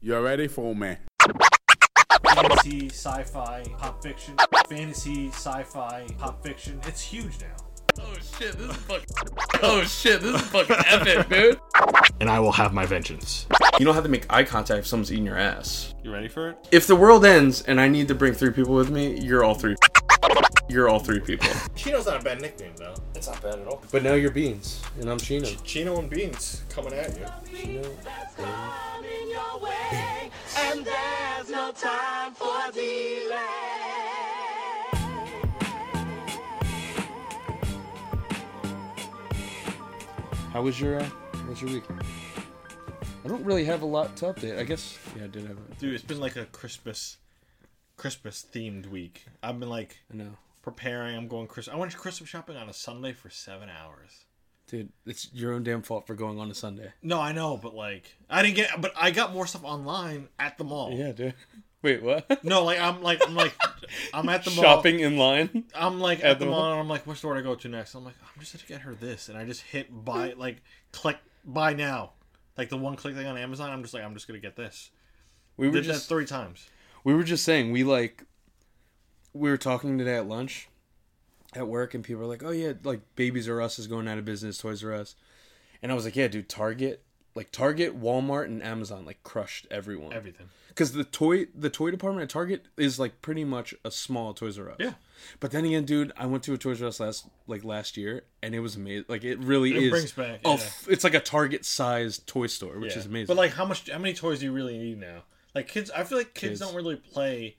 You ready for me? fantasy, sci-fi, pop fiction. Fantasy, sci-fi, pop fiction. It's huge now. Oh shit, this is fucking. oh shit, this is fucking epic, dude. and I will have my vengeance. You don't have to make eye contact if someone's eating your ass. You ready for it? If the world ends and I need to bring three people with me, you're all three. You're all three people. Chino's not a bad nickname though. It's not bad at all. But now you're Beans, and I'm Chino. Chino and Beans coming at you. How was your uh, How was your week? I don't really have a lot to update. I guess yeah, I did have. A, Dude, it's been like a Christmas, Christmas themed week. I've been like I know, preparing. I'm going Christmas. I went Christmas shopping on a Sunday for seven hours. dude. It's your own damn fault for going on a Sunday. No, I know, but like I didn't get. But I got more stuff online at the mall. dude. Wait, what? No, like I'm like I'm like I'm at the mall. Shopping in line. I'm like at, At the, the mall, mall? and I'm like, what store do I go to next? I'm like, I'm just gonna get her this, and I just hit buy, like click buy now, like the one click thing on Amazon. I'm just like, I'm just gonna get this. We were Did just that three times. we were just saying we like we were talking today at lunch at work and people were like oh yeah like babies r us is going out of business toys r us and i was like yeah dude target like target walmart and amazon like crushed everyone Everything. because the toy the toy department at target is like pretty much a small toys r us Yeah. but then again dude i went to a toys r us last like last year and it was amazing like it really is. It brings back, oh yeah. it's like a target sized toy store which Yeah. is amazing But like, how much? How many toys do you really need now? Like kids, I feel like Kids. kids, don't really play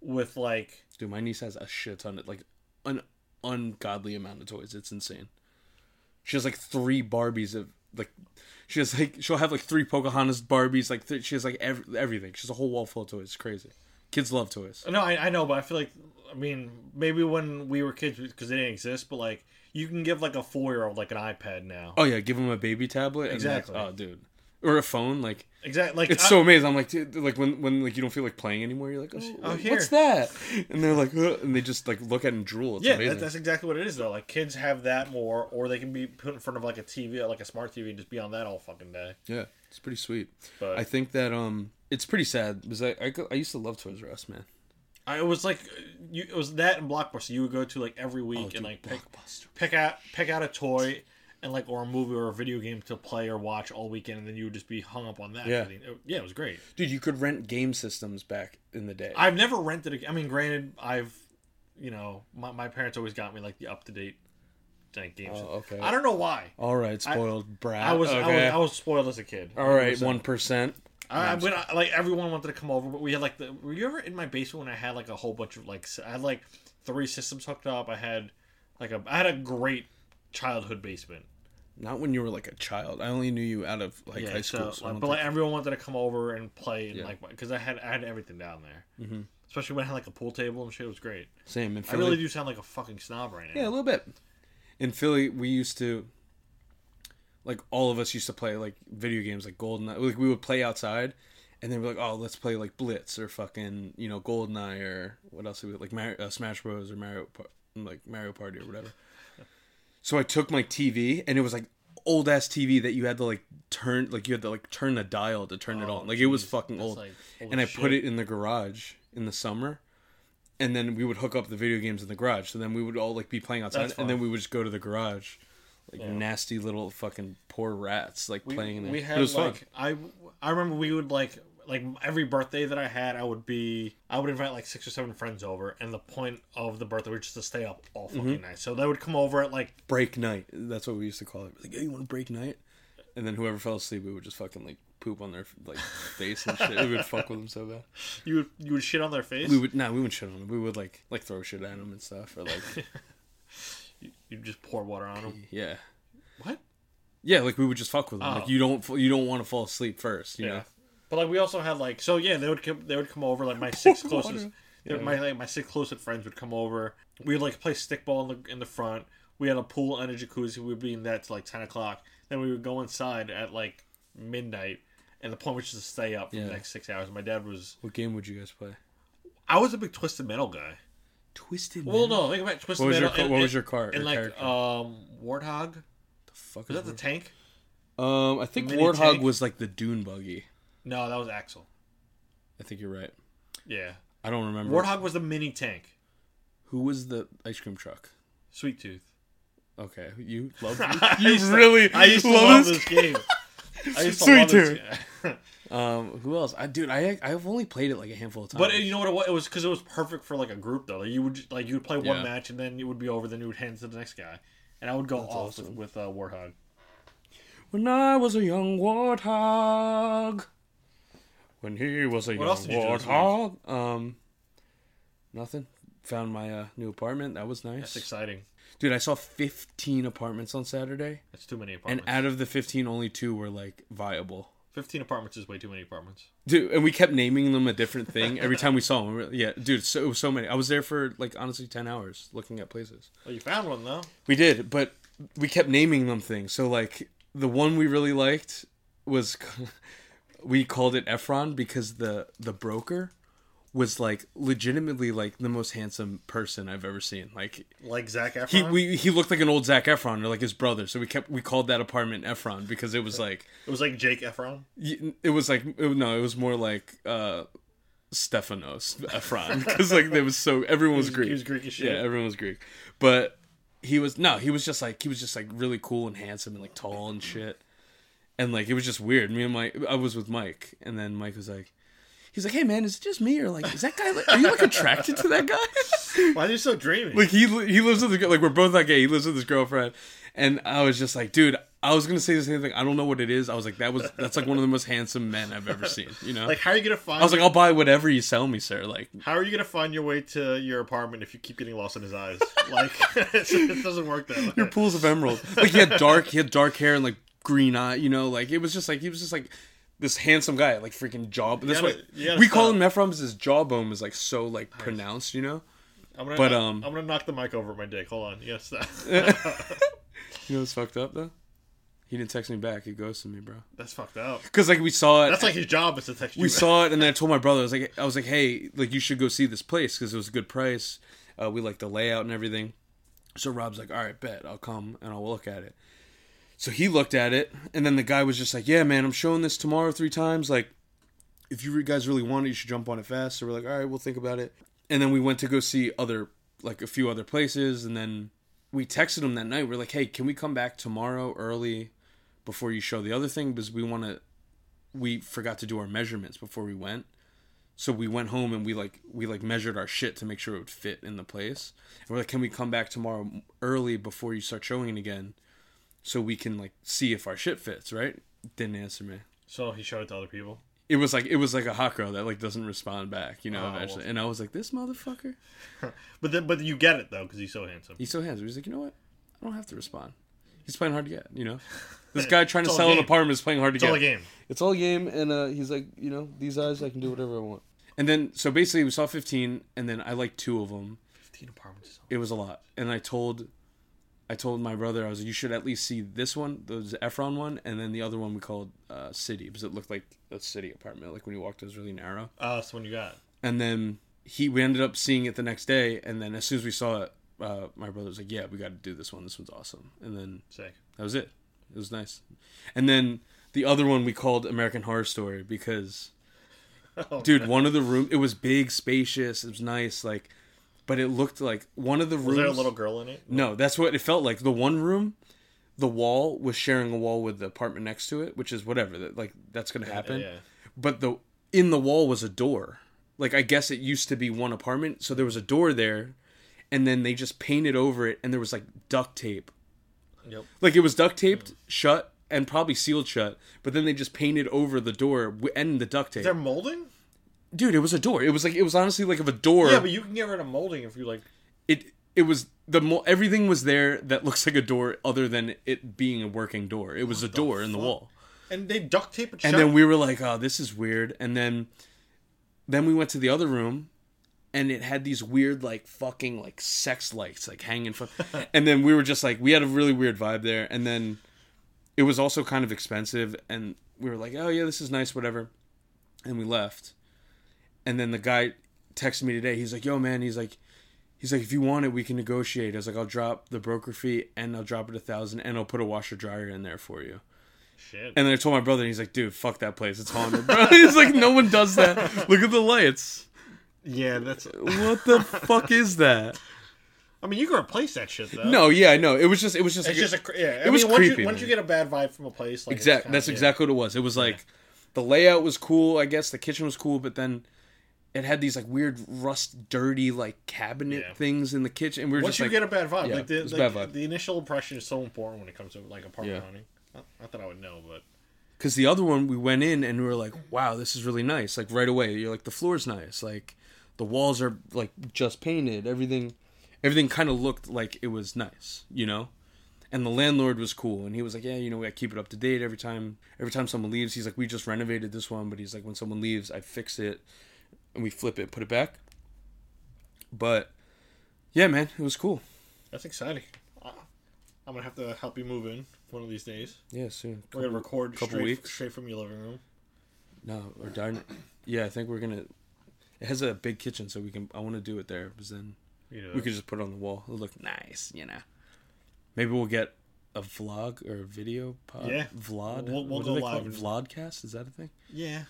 with like. Dude, my niece has a shit ton of like an ungodly amount of toys. It's insane. She has like three Barbies of like she has like she'll have like three Pocahontas Barbies. Like th- she has like ev- everything. She has a whole wall full of toys. It's crazy. Kids love toys. No, I, I know, but I feel like I mean maybe when we were kids because they didn't exist, but like you can give like a four year old like an iPad now. Oh yeah, give them a baby tablet. and, like, Exactly. oh dude, or a phone. Like Exactly. Like it's I- so amazing. I'm like dude, like when when like you don't feel like playing anymore. You're like oh, Oh, what's that? And they're like "Huh," and they just like look at it and drool. It's Yeah, amazing. that, that's exactly what it is though. Like kids have that more, or they can be put in front of like a TV, or, like a smart TV, and just be on that all fucking day. Yeah, it's pretty sweet. But- I think that um, it's pretty sad because I I, go, I used to love Toys R Us, man. I, it was like Oh, you, it was that and Blockbuster. You would go to like every week and like pick, pick out pick out a toy and like or a movie or a video game to play or watch all weekend, and then you would just be hung up on that. Yeah. It, yeah, it was great. Dude, you could rent game systems back in the day. I've never rented. A, I mean, granted, I've you know my, my parents always got me like the up to date like games. Oh, okay. I don't know why. All right, spoiled brat. I was, okay. I was I was spoiled as a kid. All right, 100%. one percent. I, I when I, like everyone wanted to come over, but we had like the. Were you ever in my basement when I had like a whole bunch of like s- I had like three systems hooked up. I had like a I had a great childhood basement. Not when you were like a child. I only knew you out of like Yeah, high school. so, So I like, don't but like think- everyone wanted to come over and play and Yeah. like because I had I had everything down there. Mm-hmm. Especially when I had like a pool table and shit, it was great. same in I Philly. really do sound like a fucking snob right now. Yeah, a little bit. In Philly, we used to, like, all of us used to play like video games, like Goldeneye. Like we would play outside, and then we're like, oh, let's play like Blitz or fucking you know Goldeneye or what else? We like Mar- uh, Smash Bros or Mario, Par- like Mario Party or whatever. so I took my TV, and it was like old ass TV that you had to like turn, like you had to like turn the dial to turn it on. Like it was fucking old, Oh, like old and I put shit. it in the garage in the summer and then we would hook up the video games in the garage. So then we would all like be playing outside, That's fun. and then we would just go to the garage, like nasty little fucking poor rats, like we, playing. In there. we had it was like fun. I I remember we would like like every birthday that I had, I would be I would invite like six or seven friends over, and the point of the birthday was just to stay up Mm-hmm. all fucking night. So they would come over at like Break night. That's what we used to call it. Like, hey, you want to break night? And then whoever fell asleep, we would just fucking like poop on their like face and shit. We would fuck with them so bad. you would you would shit on their face. We would nah, we wouldn't shit on them. We would like like throw shit at them and stuff, or like You'd just pour water on them. yeah, What? yeah, like we would just fuck with them. Oh. Like you don't you don't want to fall asleep first, you Yeah. know. But like we also had like so yeah they would come they would come over like my six closest they- my like, my six closest friends would come over. We would like play stickball in the in the front. We had a pool and a jacuzzi. We'd be in that till like ten o'clock. Then we would go inside at like midnight. And the point was just to stay up for Yeah. the next six hours. My dad was What game would you guys play? I was a big Twisted Metal guy. Twisted. Well, no, think about Twisted What was Metal. your ca- and- what and- was your car- And your like character? Mm-hmm. um, Warthog. fuck Was is that the tank? Um, I think Mini Warthog tank? was like the Dune buggy. No, that was Axel. I think you're right. Yeah. I don't remember. Warthog was the mini tank. Who was the ice cream truck? Sweet Tooth. Okay, you love. I you used to- really I used to love, love this. this game. I used to Sweet love this Tooth. game. Um, who else? I dude, I I've only played it like a handful of times. But uh, you know what it was? It was because it was perfect for like a group though. Like, you would just, like you would play one Yeah. match and then it would be over. Then you would hand it to the next guy, and I would go off with, with uh, Warthog. when I was a young warthog, when he was a young else did you do this warthog, um, nothing. Found my uh, new apartment. That was nice, That's exciting. dude. I saw fifteen apartments on Saturday, That's too many and apartments. out of the fifteen, only two were like viable. Fifteen apartments is way too many apartments. dude and we kept naming them a different thing every time we saw them We were- yeah dude so it was so many i was there for like honestly 10 hours looking at places Well, Oh, you found one though. we did but we kept naming them things so like the one we really liked was we called it Efron because the the broker was like legitimately like the most handsome person I've ever seen. Like Like Zach Efron. he we he looked like an old Zac Efron or like his brother. So we kept we called that apartment Efron because it was like it was like Jake Efron. Y- it was like it- no, it was more like uh Stephanos Ephron because like there was so everyone was, He was- Greek. he was Greek as shit. Yeah, everyone was Greek, but he was no, he was just like he was just like really cool and handsome and like tall and shit, and like it was just weird. Me and Mike, I was with Mike, and then Mike was like. He's like, hey man, is it just me or like, is that guy? Like, are you like attracted to that guy? Why are you so dreamy? like he he lives with this girl. Like we're both not gay. He lives with his girlfriend, and I was just like, dude, I was gonna say the same thing. I don't know what it is. I was like, that was that's like one of the most handsome men I've ever seen. You know, Like, how are you gonna find? I was like, I'll buy whatever you sell me, sir. Like, how are you gonna find your way to your apartment if you keep getting lost in his eyes? like, it doesn't work that way. your pools of emerald. Like he had dark, he had dark hair and like green eye. You know, like it was just like he was just like. This handsome guy, like freaking jaw. That's gotta- what you gotta we call stop. him Mephrom because his jawbone is like so like pronounced, you know. I'm gonna, But, um, I'm gonna knock the mic over at my dick. Hold on. Yes. That, You know what's fucked up though? He didn't text me back. He ghosted me, bro. that's fucked up. Because like we saw it. That's like his job is to text you. we saw it and then I told my brother I was like I was like hey like you should go see this place because it was a good price uh, we like the layout and everything so Rob's like all right bet I'll come and I'll look at it so he looked at it and then the guy was just like yeah man I'm showing this tomorrow three times like if you guys really want it you should jump on it fast so we're like all right we'll think about it and then we went to go see other like a few other places and then we texted him that night we're like hey can we come back tomorrow early before you show the other thing because we want to we forgot to do our measurements before we went. So we went home and we like we like measured our shit to make sure it would fit in the place. And we're like, can we come back tomorrow early before you start showing it again, so we can like see if our shit fits, right? Didn't answer me. So he showed it to other people. It was like it was like a hot girl that like doesn't respond back, you know. Oh, eventually, well. and I was like, this motherfucker. But then, but you get it though because he's so handsome. He still has. it. He's like, you know what? I don't have to respond. He's playing hard to get, you know. This guy trying to all a sell an game. apartment is playing hard to It's get. all a game. It's all game, and uh, he's like, you know, these eyes, I can do whatever I want. And then, so basically, we saw 15, and then I liked two of them. Fifteen apartments. It was a lot, and I told, I told my brother, I was like, you should at least see this one, the Efron one, and then the other one we called uh, City because it looked like a city apartment. Like when you walked, it was really narrow. Uh, that's the one you got. And then he, we ended up seeing it the next day, and then as soon as we saw it, uh, my brother was like, yeah, we got to do this one. This one's awesome. And then Sick. that was it. It was nice. And then the other one we called American Horror Story because Oh, dude, one of the room it was big, spacious, it was nice, like but it looked like one of the rooms Was there a little girl in it? No, that's what it felt like. The one room, the wall was sharing a wall with the apartment next to it, which is whatever. That like that's gonna happen. yeah. But the in the wall was a door. Like I guess it used to be one apartment, so there was a door there, and then they just painted over it, and there was like duct tape Yep. like it was duct taped shut and probably sealed shut, but then they just painted over the door w- and the duct tape. They're molding. Dude, it was a door. It was like it was honestly like if a door. Yeah, but you can get rid of molding if you like. it it was the mo- everything was there that looks like a door, other than it being a working door. It was a door in the wall, And they duct tape it and shut. then we were like, "Oh, this is weird." And then then we went to the other room. And it had these weird, like fucking, like sex lights, like hanging. From... and then we were just like, we had a really weird vibe there. And then it was also kind of expensive and we were like oh yeah this is nice whatever and we left and then the guy texted me today he's like yo man he's like he's like if you want it we can negotiate i was like i'll drop the broker fee and i'll drop it a thousand and i'll put a washer dryer in there for you Shit. And then I told my brother, and he's like, "Dude, fuck that place. It's haunted." Bro. he's like, "No one does that. Look at the lights. yeah, that's. What the fuck is that?" I mean, you can replace that shit though. No, yeah, I know. It was just, it was just, it's like- just a. cr- Yeah, I it was mean, once creepy, You, once you man. get a bad vibe from a place, like it's Exact. kinda- That's yeah. exactly what it was. It was like the layout was cool. I guess the kitchen was cool, but then it had these like weird rust, dirty like cabinet Yeah. things in the kitchen. And we were Once just you like, get a bad vibe, yeah, like, the, it's a like bad vibe. the initial impression is so important when it comes to like apartment Yeah. hunting. Not, not that I would know, but because the other one we went in and we were like, wow, this is really nice. Like right away, you're like the floor's nice. Like the walls are like just painted. Everything, everything kind of looked like it was nice, you know. And the landlord was cool, and he was like, yeah, you know, we gotta keep it up to date every time. Every time someone leaves, he's like, we just renovated this one, but he's like, when someone leaves, I fix it, and we flip it, put it back. But yeah, man, it was cool. that's exciting. I- Ah. I'm gonna have to help you move in one of these days. Yeah, soon. We're gonna record couple straight, weeks. straight from your living room. No, or darn. Yeah, I think we're gonna. It has a big kitchen, so we can. I want to do it there, because then You know, we could just put it on the wall. It'll look nice, you know. Maybe we'll get a vlog or a video pod. Yeah. vlog. We'll- we'll go live and- Vlogcast is that a thing? yeah.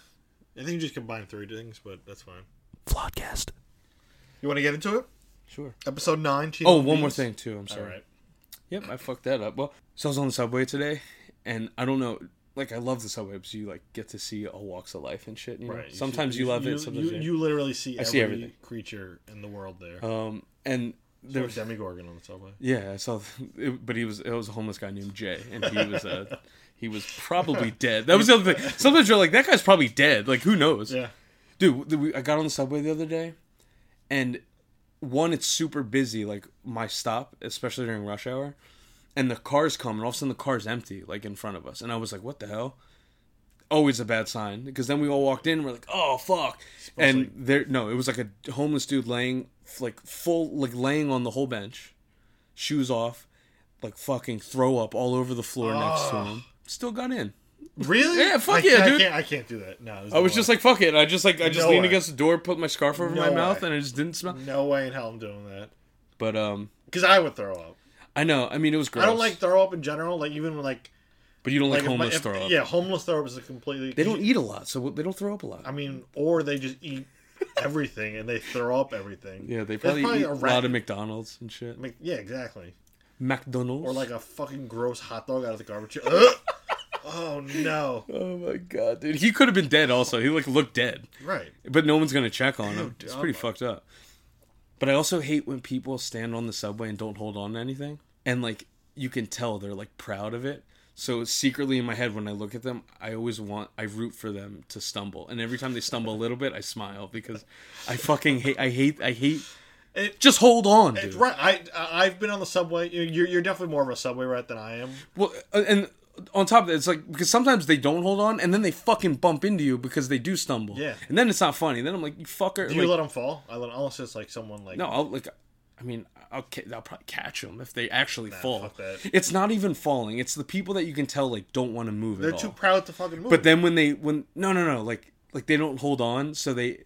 I think you just combine three things, but that's fine. Vlogcast. You want to get into it? Sure. Episode nine. Oh, one more thing too. I'm All sorry. right. Yep, I fucked that up. Well, so I was on the subway today, and I don't know. Like I love the subway because you like get to see all walks of life and shit. You know? Right. Sometimes you, love you, it. Sometimes you, you, you literally see I every see everything. creature in the world there. Um, and there there was Demigorgon on the subway. Yeah, I saw, it, but he was it was a homeless guy named Jay, and he was uh, he was probably dead. That was the other thing. Sometimes you're like, that guy's probably dead. Like, who knows? Yeah. Dude, the- we, I got on the subway the other day, and one, it's super busy. Like my stop, especially during rush hour, and the cars come, and all of a sudden the car's empty, like in front of us, and I was like, what the hell? Always a bad sign because then we all walked in and we're like, oh fuck, and there no, it was like a homeless dude laying like full like laying on the whole bench, shoes off, like fucking throw up all over the floor next to him. Still got in. Really? Yeah, fuck I, yeah, I dude. Can't, I can't do that. No. there's I no was way. just like, fuck it. I just like I just No leaned way. against the door, put my scarf over No my mouth, way. and I just didn't smell. no way in hell I'm doing that. But um, Because I would throw up. I know. I mean, it was gross. I don't like throw up in general. Like even when like but you don't like, like if my- homeless if- throw up. Yeah, homeless throw up is a completely. They don't eat a lot, so they don't throw up a lot. I mean, or they just eat everything and they throw up everything. yeah, they There's probably, eat a rat- lot of McDonald's and shit. Mc- yeah, exactly. McDonald's Or like a fucking gross hot dog out of the garbage. Ugh! oh no! oh my god, dude, he could have been dead. Also, he like looked dead. Right. but no one's gonna check on him. It's pretty dumb. fucked up. But I also hate when people stand on the subway and don't hold on to anything, and like you can tell they're like proud of it. So secretly in my head, when I look at them, I always want I root for them to stumble, and every time they stumble a little bit, I smile because I fucking hate I hate I hate. It- just hold on, dude. Right. I I- I've been on the subway. You- You're you're definitely more of a subway rat than I am. Well, uh, and on top of that, it's like because sometimes they don't hold on, and then they fucking bump into you because they do stumble. Yeah. and then it's not funny. Then I'm like, you fucker. Do you like- let them fall? I let unless it's like someone like No, I'll like. I mean, I'll ca- I'll probably catch them if they actually fall. fuck that. It's not even falling. It's the people that you can tell like don't want to move they're at too all. proud to fucking move. But then when they when no no no like like they don't hold on, so they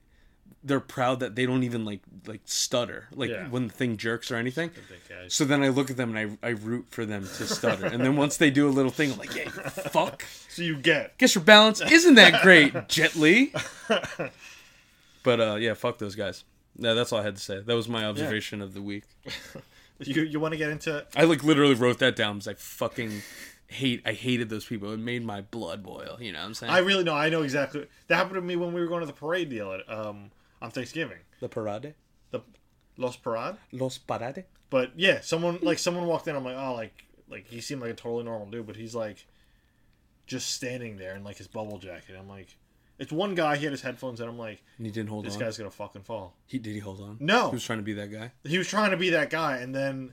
they're proud that they don't even like like stutter like Yeah. when the thing jerks or anything. guys. So then I look at them and I I root for them to stutter, and then once they do a little thing, I'm like, yeah, you fuck. so you get Guess your balance isn't that great, Jet Li. But uh, yeah, fuck those guys. No, that's all I had to say. That was my observation of the week. you you want to get into I like literally wrote that down because I fucking hate. I hated those people. It made my blood boil. You know what I'm saying? I really know. I know exactly. That happened to me when we were going to the parade deal at, um, on Thanksgiving. the parade, The Los Parade. los parade. But yeah, someone like someone walked in. I'm like, oh, like like he seemed like a totally normal dude, but he's like just standing there in like his bubble jacket. I'm like, it's one guy. He had his headphones, and I'm like, And he didn't hold this on. guy's gonna fucking fall. He did he hold on? No. He was trying to be that guy. He was trying to be that guy, and then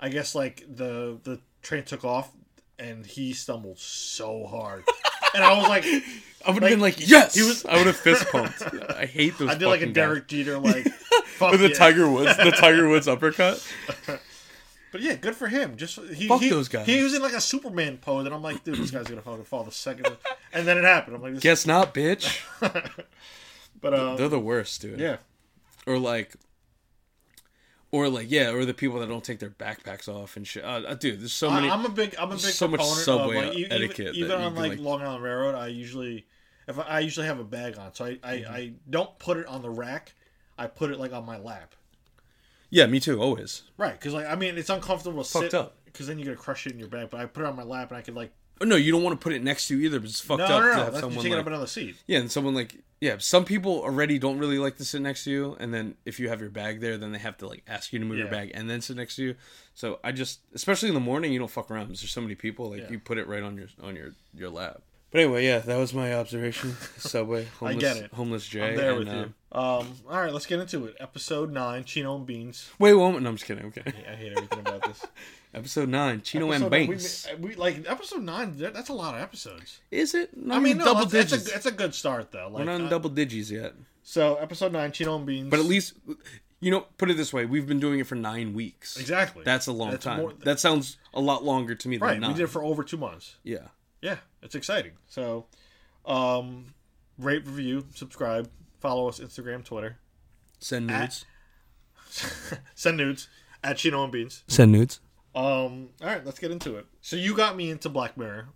I guess like the the train took off, and he stumbled so hard, and I was like. I would have Like, been like, yes. he was- I would have fist pumped. I hate those. I did like a fucking guys. Derek Jeter, like fuck With the yeah. Tiger Woods, the Tiger Woods uppercut. But yeah, good for him. Just he, Fuck he- those guys. He was in like a Superman pose, and I'm like, dude, this guy's gonna fucking fall the second. and then it happened. I'm like, this, Guess not, bitch. but uh, They're the worst, dude. yeah, Or like, Or like yeah, or the people that don't take their backpacks off and shit. Uh, uh, dude, there's so many. I, am a big I'm a big so much proponent subway of like, e- even, etiquette that Even you on can, like, like- Long Island Railroad, I usually if I, I usually have a bag on, so I, I, Mm-hmm. I don't put it on the rack. I put it like on my lap, yeah, me too. Always. right? Because like I mean, it's uncomfortable to Fucked sit up. because then you're gonna crush it in your bag. But I put it on my lap and I could like Oh, no, you don't want to put it next to you either. But it's fucked no up no to no, have that's you're someone taking like up another seat. yeah, and someone like yeah. Some people already don't really like to sit next to you, and then if you have your bag there, then they have to like ask you to move your Yeah. bag and then sit next to you. So I just, especially in the morning, you don't fuck around. 'cause There's so many people. Like Yeah. you put it right on your on your your lap. But anyway, yeah, that was my observation. Subway, homeless, get it. homeless Jay. I'm there and, with uh, you. Um, all right, let's get into it. Episode nine, Chino and Beans. Wait, one moment. No, I'm just kidding. Okay. I hate everything about this. Episode nine, Chino Episode and nine, we Banks. ma- We, like episode nine. that- That's a lot of episodes. Is it? Not I mean, even no, double that's, digits. that's a that's a good start though. We're Like, not in uh, double digits yet. so episode nine, Chino and Beans. But at least, you know, put it this way: we've been doing it for nine weeks. Exactly. That's a long That's time. more- that sounds a lot longer to me than right. nine. We did it for over two months. yeah. Yeah, it's exciting. So, um, rate, review, subscribe, follow us Instagram, Twitter, Send nudes. send nudes at Chino and Beans. Send nudes. Um, all right, let's get into it. So you got me into Black Mirror.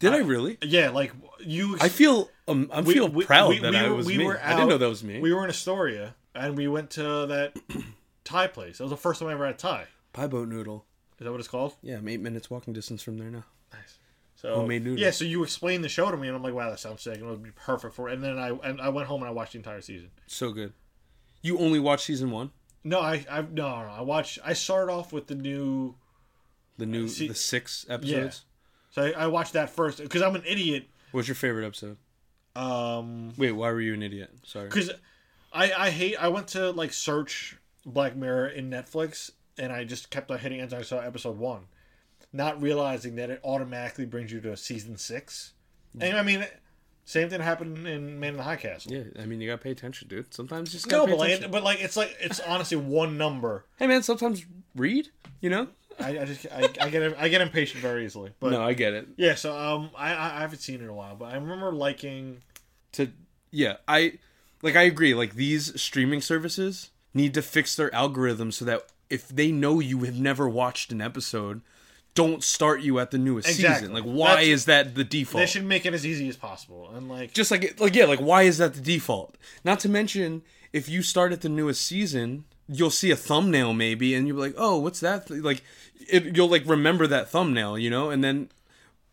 Did I, really? Yeah, like you. I feel um, I we- feel we- proud we- that we I were- was we me. were I didn't know out- that was me. We were in Astoria, and we went to that Thai place. That was the first time I ever had Thai. Pie boat noodle. Is that what it's called? Yeah, I'm eight minutes walking distance from there now. Nice. So Homemade noodles. yeah, so you explained the show to me, and I'm like, wow, that sounds sick, and it would be perfect for. And then I and I went home and I watched the entire season. So good. You only watched season one, No, I I no, no, no, I watched. I started off with the new. the new See- the six episodes. So I, I watched that first because I'm an idiot. What's your favorite episode? Um, Wait, why were you an idiot? Sorry. because I I hate. I went to like search Black Mirror in Netflix, and I just kept on hitting enter. I saw episode one, not realizing that it automatically brings you to season six. And I mean, same thing happened in Man in the High Castle. Yeah, I mean you gotta pay attention, dude. Sometimes you just gotta No, pay but attention. like, but like, it's like it's honestly one number. hey man, sometimes read. You know. I, I just I, I get I get impatient very easily. But no, I get it. yeah, so um, I I I haven't seen it in a while, but I remember liking. to yeah i like i agree like these streaming services need to fix their algorithm so that if they know you have never watched an episode don't start you at the newest Exactly. season like why That's- is that the default They should make it as easy as possible, and like just like it- like yeah like why is that the default not to mention if you start at the newest season you'll see a thumbnail maybe and you'll be like oh what's that th-? like it, you'll like remember that thumbnail you know and then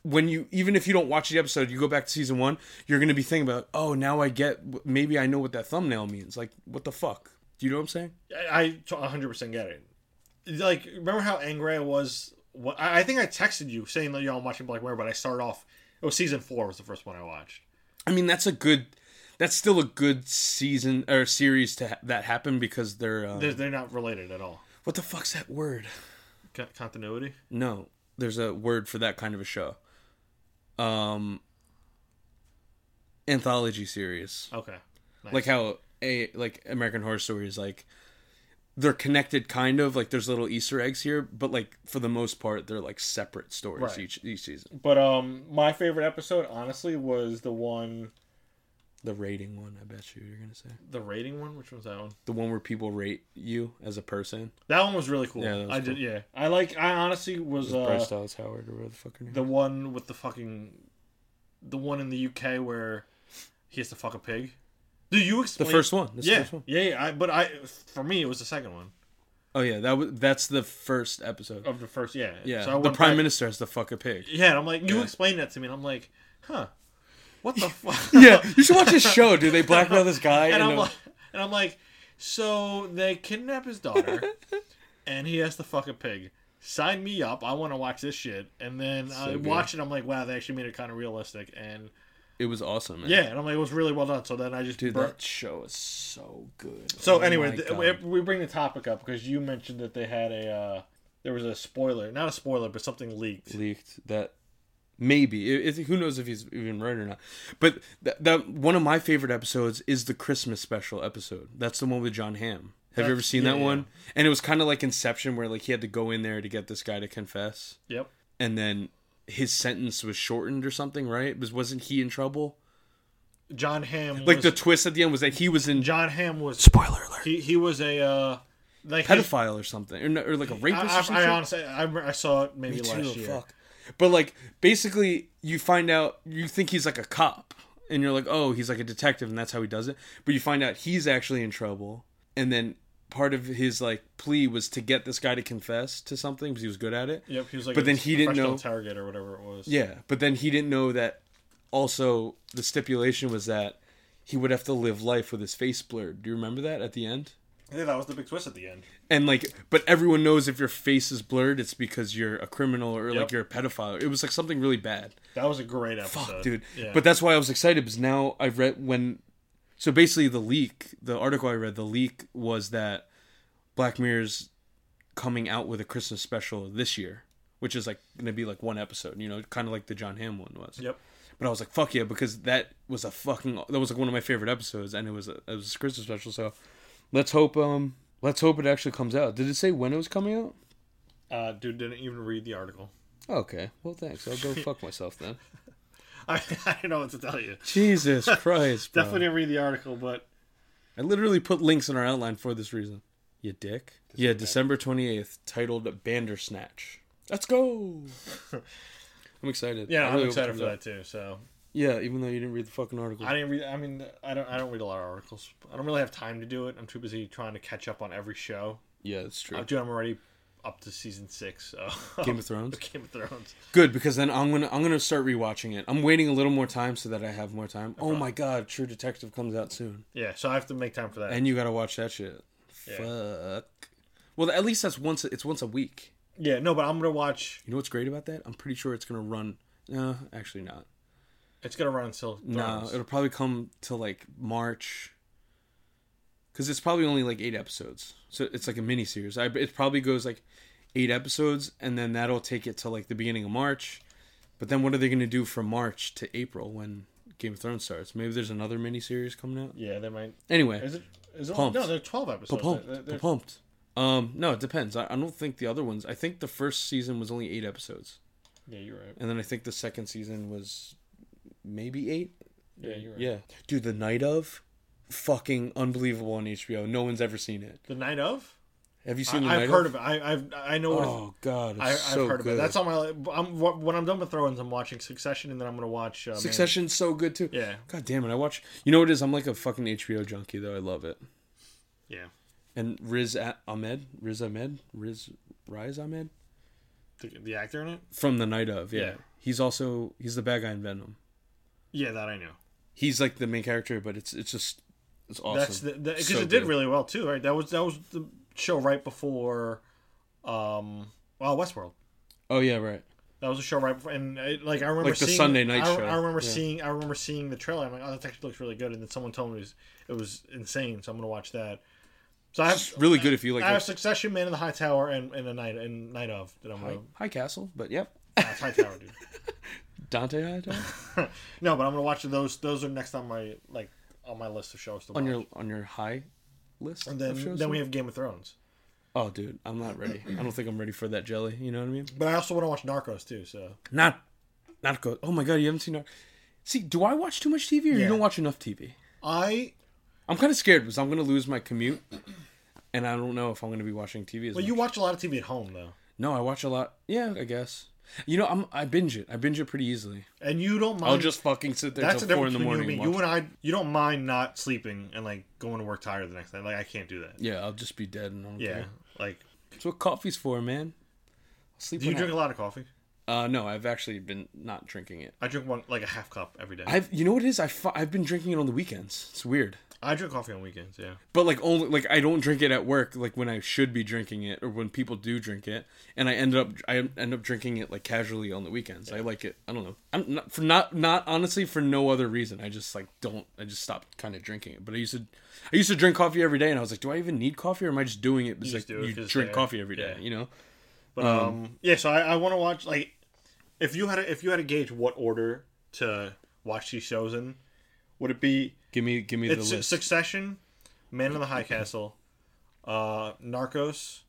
when you even if you don't watch the episode you go back to season one you're gonna be thinking about oh now i get maybe i know what that thumbnail means like what the fuck do you know what i'm saying I I 100 percent get it. Like, remember how angry I was? What I I think I texted you saying that y'all I'm watching Black Mirror, but I started off. It was season four was the first one I watched. I mean, that's a good. That's still a good season or series to ha- that happen because they're. Um, They're, they're not related at all. what the fuck's that word? Co- continuity. No, there's a word for that kind of a show. Um, anthology series, Okay. like how a like American Horror Story is like they're connected kind of like there's little Easter eggs here, but like for the most part they're like separate stories Right. each each season. But um, my favorite episode honestly was the one, The rating one, I bet you you're gonna say the rating one. Which one's that one? the one where people rate you as a person. That one was really cool. Yeah, that was I did. Yeah, I like. I honestly was Bryce uh, Dallas Howard or whatever the fuck her name. the one with the fucking, the one in the UK where he has to fuck a pig. Do you the explain first one. This Yeah, first one. yeah, yeah. I, but I, for me, it was the second one Oh yeah, that was that's the first episode. of the first. Yeah, yeah, So I the went prime back- minister has to fuck a pig. Yeah, and I'm like, you Yeah. explained that to me, and I'm like, huh, what the fuck? yeah, you should watch this show, dude. They blackmail this guy, and and, I'm uh, like, and I'm like, so they kidnap his daughter, and he has to fuck a pig. Sign me up. I want to watch this shit. And then I good. watch it. I'm like, wow, they actually made it kind of realistic. And it was awesome. Man. yeah, and I'm like, it was really well done. So then I just dude, bur- that show is so good. So Oh, anyway, my th- God. we, we bring the topic up because you mentioned that they had a uh, there was a spoiler, not a spoiler, but something leaked. leaked that maybe it, it- who knows if he's even right or not. But that, that one of my favorite episodes is the Christmas special episode. That's the one with John Hamm. Have you ever That's- seen yeah, that yeah. one? And it was kind of like Inception, where like he had to go in there to get this guy to confess. Yep. and then his sentence was shortened or something, right? Was wasn't he in trouble? John Ham Like was, the twist at the end was that he was in John Ham was spoiler alert. he he was a uh, Like his- pedophile or something, or, no- or like a I, rapist or I, I something. honestly, I, remember- I saw it maybe Me too, last year. Fuck. But like, basically, you find out you think he's like a cop, and you're like, oh, he's like a detective, and that's how he does it. But you find out he's actually in trouble, and then part of his like plea was to get this guy to confess to something because he was good at it. Yep, he was like, But a then he didn't professional know- interrogator or whatever it was. Yeah, but then he didn't know that. Also, the stipulation was that he would have to live life with his face blurred. Do you remember that at the end? I think that was the big twist at the end. and like but everyone knows if your face is blurred it's because you're a criminal or like Yep. you're a pedophile it was like something really bad That was a great episode, fuck dude Yeah. but that's why i was excited because now i've read when so basically the leak the article i read the leak was that black mirror's coming out with a christmas special this year which is like gonna be like one episode you know kind of like the john ham one was Yep. but I was like, "Fuck yeah!" Because that was a fucking that was like one of my favorite episodes, and it was a, it was a Christmas special. So let's hope um let's hope it actually comes out. Did it say when it was coming out? Uh, dude didn't even read the article. Okay, well thanks. I'll go fuck myself then. I, I don't know what to tell you. Jesus Christ, bro. Definitely didn't read the article, but I literally put links in our outline for this reason. You dick. yeah, December twenty eighth, titled Bandersnatch. Let's go. I'm excited. I yeah, really I'm hope it excited comes for out. that too. So Yeah, even though you didn't read the fucking article. I didn't read. I mean, I don't. I don't read a lot of articles. I don't really have time to do it. I'm too busy trying to catch up on every show. yeah, it's true. Uh, dude, I'm already up to season six. So Game of Thrones? Game of Thrones. Good because then I'm gonna I'm gonna start rewatching it. I'm waiting a little more time so that I have more time. Oh my god, True Detective comes out soon, Yeah, so I have to make time for that. and you gotta watch that shit. Yeah. Fuck. Well, at least that's once. It's once a week. yeah, no, but I'm gonna watch. You know what's great about that? I'm pretty sure it's gonna run. No, actually not. It's gonna run until No, Thrones. it'll probably come to like March. Because it's probably only like eight episodes, so it's like a mini series. I it probably goes like eight episodes, and then that'll take it to like the beginning of March. But then what are they going to do from March to April when Game of Thrones starts? Maybe there's another mini series coming out. yeah, they might. Anyway, Is it? Is it? Pumped. No, they're twelve episodes. pumped, They're- they're- pumped. Um, no, it depends. I, I don't think the other ones. I think the first season was only eight episodes, yeah, you're right. and then I think the second season was maybe eight. Yeah, you're right. Yeah. Dude, The Night of? Fucking unbelievable on HBO. No one's ever seen it. The night of. Have you I, seen The Night I've heard of? of it. I, I've I know what. it's- Oh, God. It's I, I've so heard good. of it. That's on my. li- I'm wh- when I'm done with Thrones, I'm watching Succession, and then I'm gonna watch uh, Succession's so good, too. Man- Yeah, God damn it. I watch. You know what it is? I'm like a fucking HBO junkie, though. I love it. yeah. And Riz A- Ahmed? Riz Ahmed? Riz. Riz Ahmed? The, the actor in it. From The Night of, yeah. Yeah. He's also. He's the bad guy in Venom. Yeah, that I know. He's like the main character, but it's it's just. It's awesome. That's the because So it did good. really well too, right? That was that was the show right before, um, well, Westworld. Oh, yeah, right. That was a show right before, and I, like I remember Like the seeing, Sunday night I, show. I remember Yeah. seeing, I remember seeing the trailer. I'm like, oh, that actually looks really good. And then someone told me it was, it was insane, so I'm gonna watch that. So I have It's really good if you like. I have High, Succession, Man in the High Tower, and and a night and Night of that I'm gonna. High Castle, but yep. Ah, it's High Tower, dude. Dante High Tower? No, but I'm gonna watch those. Those are next on my like on my list of shows to watch. on your on your high list and of then shows? then we have Game of Thrones. oh dude i'm not ready i don't think i'm ready for that jelly you know what i mean But I also want to watch Narcos too. So not not go oh my god you haven't seen Nar- see do i watch too much tv or you Yeah. don't watch enough tv I i'm kind of scared because i'm gonna lose my commute and i don't know if i'm gonna be watching tv as well, much. you watch a lot of TV at home though, no i watch a lot yeah i guess you know i'm i binge it i binge it pretty easily and you don't mind. i'll just fucking sit there Um, that's the till four in difference the between you morning and me. and watch- You and I, you don't mind not sleeping and like going to work tired the next night. Like I can't do that. yeah i'll just be dead and i don't Yeah, care. like that's what coffee's for man I'll sleep do you when I- drink a lot of coffee? uh no i've actually been not drinking it I drink one like a half cup every day. I, I've you know what it is? I fu- I've been drinking it on the weekends. It's weird, drink coffee on weekends. Yeah, but like only like I don't drink it at work, like when I should be drinking it, or when people do drink it, and I end up I end up drinking it like casually on the weekends. I like it. I don't know. I'm not for not not honestly for no other reason. I just like don't. I just stopped kind of drinking it. But I used to I used to drink coffee every day, and I was like, do I even need coffee, or am I just doing it because just like do it you 'cause it's drink there. coffee every day? Yeah. You know? but um, yeah. So I, I want to watch like if you had to, if you had to gauge what order to watch these shows in, would it be Give me give me the It's Su- list. Succession, Man in the High Castle, uh, Narcos,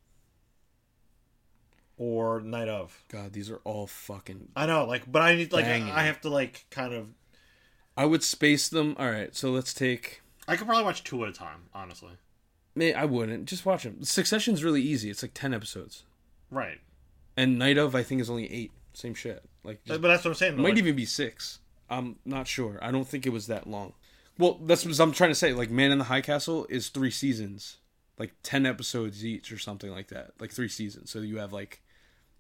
or Night of. God, these are all fucking I know, like, but I need like Banging. I have to like kind of. I would space them. All right, so let's take I could probably watch two at a time, honestly. May I wouldn't. Just watch them. Succession's really easy. It's like ten episodes, Right. and Night of I think is only eight. Same shit. Like But just, that's what I'm saying. though, might like- even be six. I'm not sure. I don't think it was that long. Well, that's what I'm trying to say. Like Man in the High Castle is three seasons, like ten episodes each or something like that. Like three seasons. So you have like,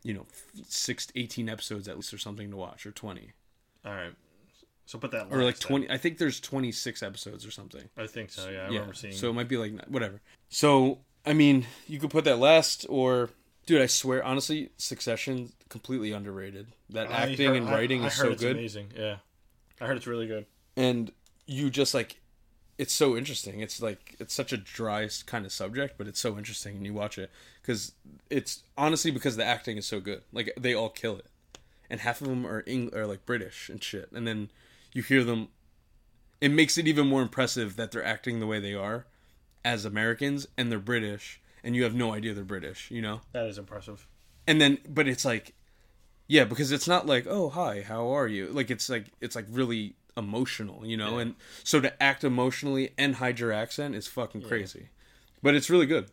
you know, f- six, 18 episodes at least or something to watch or twenty All right. So put that or like last then. twenty. I think there's twenty six episodes or something. I think so. Yeah, I remember seeing. So it might be like whatever. So I mean, you could put that last or dude. I swear, honestly, Succession completely underrated. That I acting heard- and I- writing I is heard so it's good, Amazing. Yeah, I heard it's really good. and you just like it's so interesting. It's like it's such a dry kind of subject, but it's so interesting, and you watch it because it's honestly because the acting is so good. Like they all kill it, and half of them are Eng- are like British and shit, and then you hear them. It makes it even more impressive that they're acting the way they are as Americans and they're British and you have no idea they're British, you know? That is impressive. And then but it's like yeah, because it's not like, "Oh, hi, how are you?" Like it's like it's like really emotional, you know? And so to act emotionally and hide your accent is fucking crazy. But it's really good.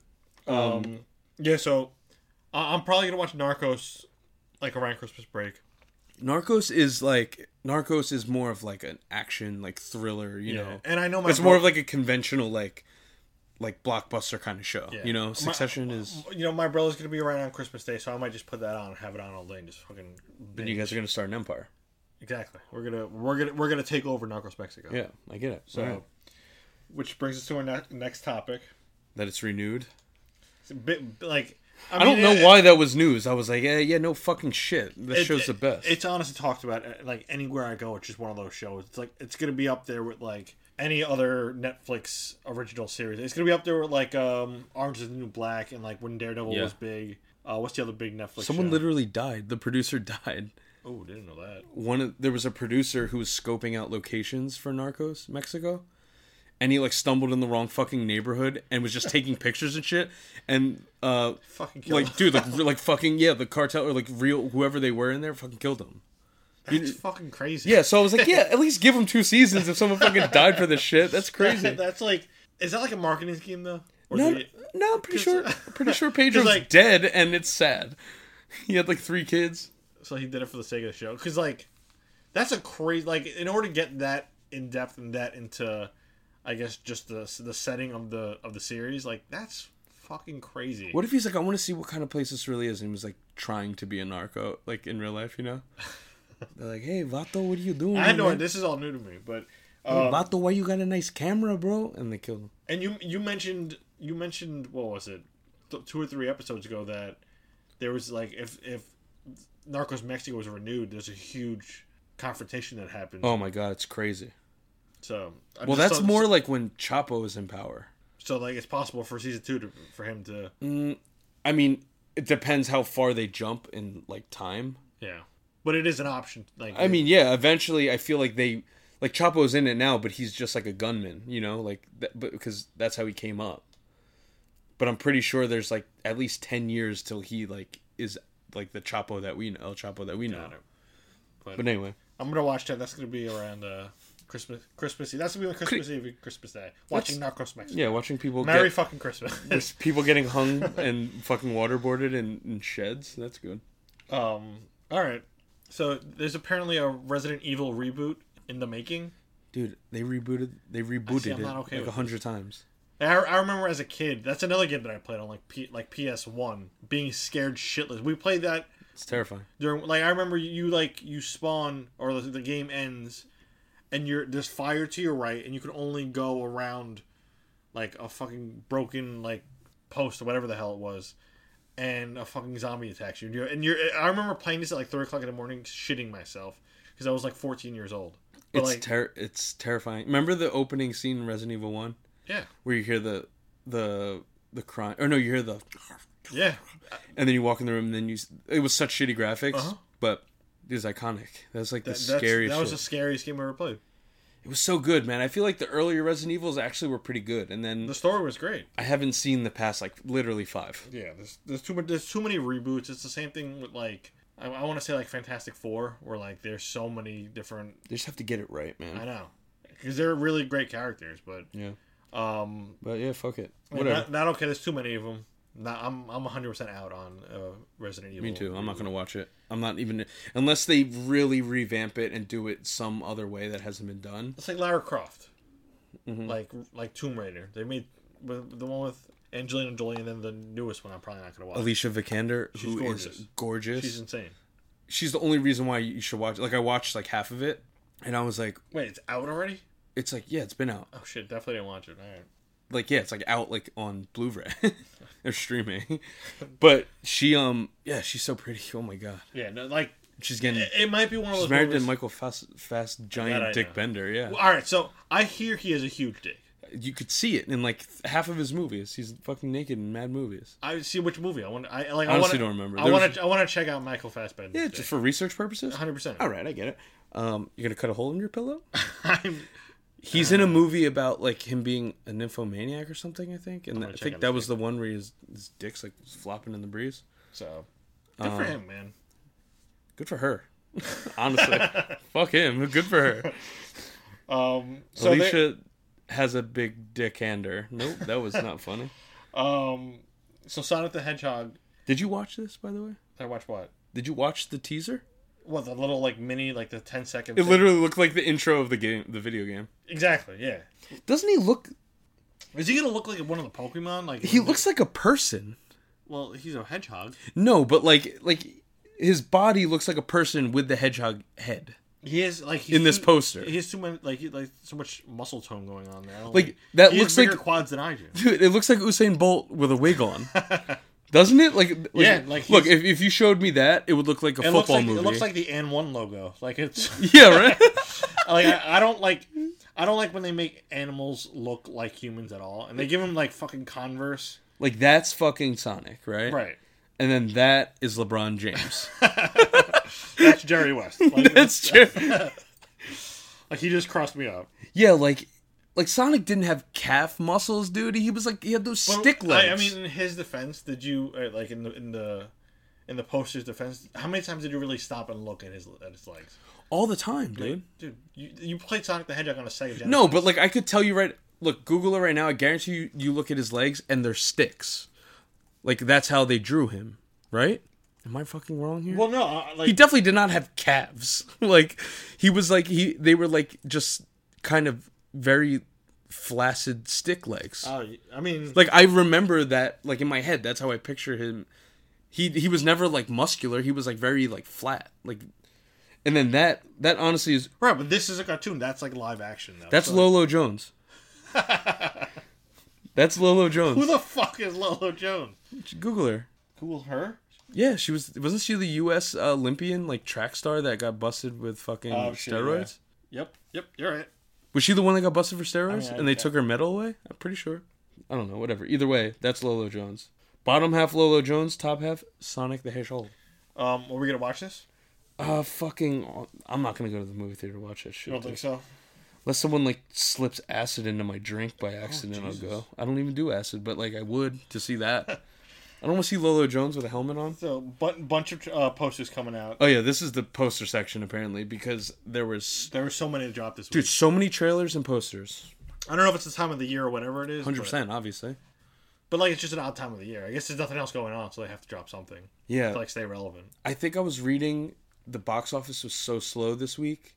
Yeah, so I- I'm probably gonna watch Narcos like around Christmas break. Narcos is like Narcos is more of like an action like thriller, you know. and I know my it's more of like a conventional like like blockbuster kind of show, Yeah. you My- know. Succession is you know my brother's gonna be around on Christmas Day, so I might just put that on, and have it on all day, and just fucking. and you guys are going to start an empire. Exactly. We're gonna we're gonna we're gonna take over Narcos Mexico. Yeah, I get it. So, All right. which brings us to our ne- next topic. that it's renewed. It's a bit like I, I don't mean, know it- why that was news. I was like, yeah, yeah, no fucking shit. This it- show's the best. It's honestly talked about uh, like anywhere I go. It's just one of those shows. It's like it's gonna be up there with like any other Netflix original series. It's gonna be up there with like um Orange is the New Black and like when Daredevil Yeah. was big. Uh, what's the other big Netflix? Someone show? literally died. The producer died. Oh, didn't know that. One of, there was a producer who was scoping out locations for Narcos Mexico, and he like stumbled in the wrong fucking neighborhood and was just taking pictures and shit. And uh, Fucking killed like, him. dude, like, like fucking yeah, the cartel or like real whoever they were in there fucking killed him. That's fucking crazy. Yeah, so I was like, yeah, at least give him two seasons if someone fucking died for this shit. That's crazy. that's like. Is that like a marketing scheme though? Or No, did he- no, I'm pretty sure. Pretty sure 'Cause, Pedro's like- dead, and it's sad. He had like three kids. so he did it for the sake of the show because like that's a crazy like in order to get that in depth and that into i guess just the the setting of the of the series like that's fucking crazy What if he's like, I want to see what kind of place this really is, and he was like trying to be a narco, like in real life, you know? They're like, Hey, Vato, what are you doing? i know man? this is all new to me but Uh, Hey, Vato, why you got a nice camera, bro? And they killed him. and you you mentioned you mentioned what was it th- two or three episodes ago that there was like if if narcos mexico was renewed there's a huge confrontation that happened Oh my god, it's crazy. so I'm Well, just that's so- more like when Chapo is in power. so like it's possible for season two to, for him to Mm. I mean, it depends how far they jump in like time. yeah but it is an option like I mean, yeah, eventually I feel like they like Chapo's in it now, but he's just like a gunman, you know, like that, but because that's how he came up. But I'm pretty sure there's like at least 10 years till he like is like the Chapo that we know, El Chapo that we know. it. But, anyway, I'm gonna watch that. That's gonna be around uh, Christmas, Christmas Eve. That's gonna be on Christmas Eve, and Christmas Day. Watching Narcos Mexico. yeah, watching people Merry get fucking Christmas. there's people getting hung and fucking waterboarded in, in sheds, that's good. um. All right. So there's apparently a Resident Evil reboot in the making. Dude, they rebooted they rebooted I'm it not okay like with a hundred times. And I, I remember as a kid, that's another game that I played on like P, like PS One, being scared shitless. We played that It's terrifying. during like I remember you like you spawn or the, the game ends, and you're there's fire to your right, and you can only go around like a fucking broken like post or whatever the hell it was, and a fucking zombie attacks you. And you're, and you're I remember playing this at like three o'clock in the morning, shitting myself because I was like 14 years old. But It's like ter- it's terrifying. Remember the opening scene in Resident Evil 1? yeah, where you hear the the the crime or no you hear the yeah, and then you walk in the room and then you s- it was such shitty graphics Uh-huh. but it was iconic that's like that, the that's, scariest that was shit. the scariest game I ever played. it was so good man i feel like the earlier resident evils actually were pretty good and then The story was great. i haven't seen the past like literally five Yeah, there's there's too much there's too many reboots. It's the same thing with like I, I want to say like Fantastic Four, where like there's so many different. they just have to get it right man I know because they're really great characters, but yeah Um, But yeah, fuck it. and Whatever. not, not okay. There's too many of them. Not, I'm I'm 100 percent out on uh, Resident Evil. Me too. I'm not gonna watch it. I'm not even unless they really revamp it and do it some other way that hasn't been done. It's like Lara Croft, Mm-hmm. like like Tomb Raider. They made with- the one with Angelina Jolie, and then the newest one. I'm probably not gonna watch. Alicia Vikander, who is gorgeous. gorgeous. She's She's, insane. the only reason why you should watch. Like I watched like half of it, and I was like, Wait, it's out already? it's like yeah, it's been out. Oh shit! Definitely didn't watch it. All right. like yeah, it's like out like on Blu-ray or streaming. But she um yeah, she's so pretty. Oh my god, Yeah, no, like she's getting it, it might be one of those she's married to movies- Michael Fast Fast That I giant Dick know. Bender. Yeah, All right, so I hear he has a huge dick. you could see it in like th- half of his movies. He's fucking naked in mad movies. I see which movie. I want. I like. I Honestly wanna, don't remember. I There want was- to. I want to check out Michael Fassbender. Yeah, just for research purposes. 100. percent All right, I get it. Um, you're gonna cut a hole in your pillow. I'm, He's in a movie about like him being a nymphomaniac or something. I think, and I check think out that this was the one where his, his dick's like flopping in the breeze. so good Um, for him, man. Good for her. Honestly, fuck him. Good for her. Um, so they- Alicia has a big dick hander. Nope, that was not funny. um, so Sonic the Hedgehog. Did you watch this, by the way? I watched what? Did you watch the teaser? What the little like mini like the 10 second. It thing? literally looked like the intro of the game, the video game. exactly. Yeah. Doesn't he look? Is he gonna look like one of the Pokemon? Like He looks like a person. Well, he's a hedgehog. No, but like, like his body looks like a person with the hedgehog head. He is like he's In this too- poster. He has too many like he, like so much muscle tone going on there. I don't Like, it. that he has looks like- bigger quads than I do. Dude, it looks like Usain Bolt with a wig on. Doesn't it? Like, like- Yeah, like look, he's- if, if you showed me that, it would look like a football It looks like movie. it looks like the N one logo. Like it's yeah, right. like I, I don't like I don't like when they make animals look like humans at all, and they give them like fucking Converse. like that's fucking Sonic, right? Right. And then that is LeBron James. That's Jerry West. Like, That's true. like he just crossed me up. Yeah, like like Sonic didn't have calf muscles, dude. He was like he had those But stick legs. I, I mean, in his defense, did you uh, like in the in the in the poster's defense? How many times did you really stop and look at his at his legs? all the time, dude. Dude, you, you played Sonic the Hedgehog on a Sega Genesis. No, but like I could tell you right. Look, Google it right now. I guarantee you. You look at his legs and they're sticks. Like that's how they drew him, right? Am I fucking wrong here? well, no, I- like he definitely did not have calves. like he was like he they were like just kind of very flaccid stick legs. uh, I mean, like I remember that like in my head that's how I picture him he he was never like muscular he was like very like flat like and then that that honestly is right, but this is a cartoon. That's like live action though. that's So- Lolo Jones that's Lolo Who Jones the fuck is Lolo Jones? Google her Cool her. yeah she was wasn't she the U.S. Olympian like track star that got busted with fucking Oh, shit, steroids Yep, yep, you're right. was she the one that got busted for steroids I- and they took her medal away I'm pretty sure I don't know whatever either way that's Lolo Jones bottom half Lolo Jones top half Sonic the Hedgehog. Um, are we gonna watch this? Uh, fucking. I'm not gonna go to the movie theater to watch that shit. You don't dude. think so? Unless someone like slips acid into my drink by accident, I'll go. I don't even do acid, but like I would to see that. I don't want to see Lolo Jones with a helmet on. So, but bunch of uh, posters coming out. Oh yeah, this is the poster section apparently because there was There were so many to drop this dude week. so many trailers and posters. I don't know if it's the time of the year or whatever it is. Hundred but- percent, obviously. But like, it's just an odd time of the year. I guess there's nothing else going on, so they have to drop something Yeah, to like stay relevant. I think I was reading the box office was so slow this week.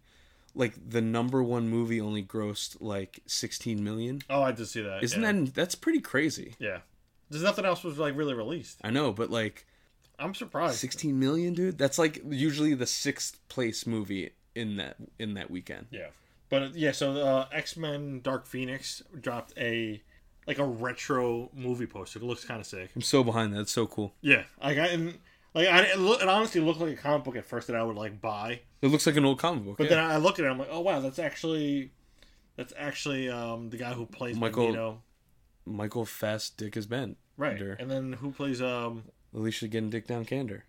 Like the number one movie only grossed like 16 million. Oh, I did see that. Isn't yeah. that that's pretty crazy? yeah? There's nothing else was like really released. I know, but like I'm surprised. 16 million dude that's like usually the sixth place movie in that in that weekend Yeah, but uh, yeah. So uh, X Men Dark Phoenix dropped a like a retro movie poster. It looks kind of sick. i'm so behind that it's so cool Yeah, like I and like I it, look, it honestly looked like a comic book at first that I would like buy, it looks like an old comic book but yeah. then I looked at it. I'm like, oh wow, that's actually that's actually um the guy who plays Michael- Magneto. michael fast dick is bent Right, Bender. and then who plays um alicia getting dick down candor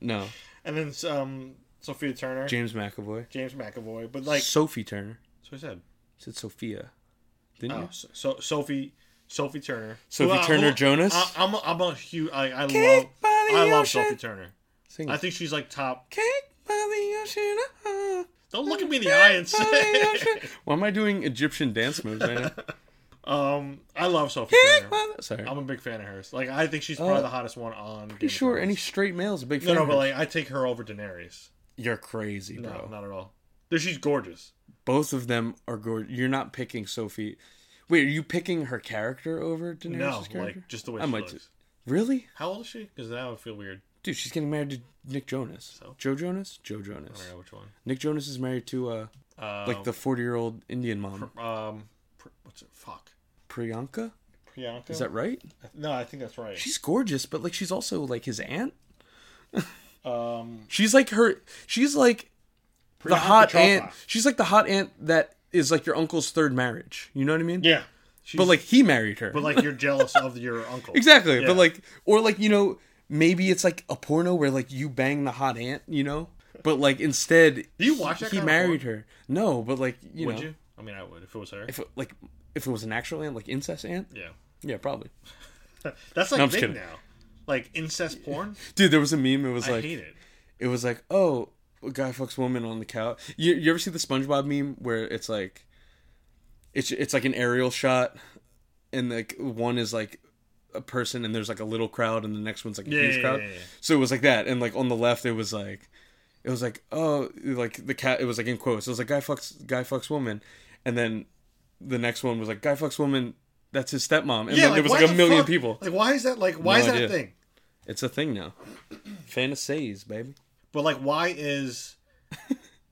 no and then um Sophia Turner, james mcavoy James McAvoy, but like so sophie turner I said, You said sophia didn't oh, you so, so Sophie Sophie Turner, Sophie Turner Jonas? I, I'm a, I'm a huge I, I love Cake by the I love ocean. Sophie Turner. Sing I it. think she's like top. cake by the ocean uh-huh. Don't look at me in the eye and say. Why am I doing Egyptian dance moves right now? um, I love Sophie Turner. Sorry. I'm a big fan of hers. Like, I think she's probably Uh, the hottest one on. Game pretty of sure Thrones. any straight male's a big No, fan. no, of but her. like I take her over Daenerys. You're crazy, No, bro. not at all. No, She's gorgeous. Both of them are gorgeous. You're not picking Sophie. Wait, are you picking her character over Daenerys' no, character? like just the way I she might looks. do- Really? How old is she? Because that would feel weird. Dude, she's getting married to Nick Jonas. So? Oh, Joe Jonas? Joe I Jonas. don't know which one. Nick Jonas is married to uh Um, like the 40-year-old Indian mom, um, pr- what's it? Fuck. Priyanka? Priyanka. Is that right? No, I think that's right. She's gorgeous, but like she's also like his aunt. Um, She's like her. She's like the hot aunt. She's like the hot aunt that is like your uncle's third marriage. You know what I mean? yeah. She's, But like he married her. but like you're jealous of your uncle. exactly. Yeah. But like, or like you know, maybe it's like a porno where like you bang the hot aunt. You know. But like instead, Do you watch that he kind of married her. No, but like you Would know, you? I mean, I would if it was her. if it, like if it was an actual aunt, like incest aunt, yeah. yeah, probably. That's like I'm just big kidding. now. Like incest porn. Dude, there was a meme. It was I like hate it. it was like, oh, a guy fucks woman on the couch. You, you ever see the SpongeBob meme where it's like, it's it's like an aerial shot, and like one is like a person, and there's like a little crowd, and the next one's like a Yeah, huge yeah, crowd. yeah, yeah. So it was like that, and like on the left, it was like, it was like, oh, like the cat. It was like in quotes. It was like guy fucks guy fucks woman, and then the next one was like guy fucks woman. That's his stepmom, and Yeah, then there was why like a the million fuck- people. Like, why is that? Like, why No is that idea. a thing? It's a thing now. Fantasies, baby. But like, why is?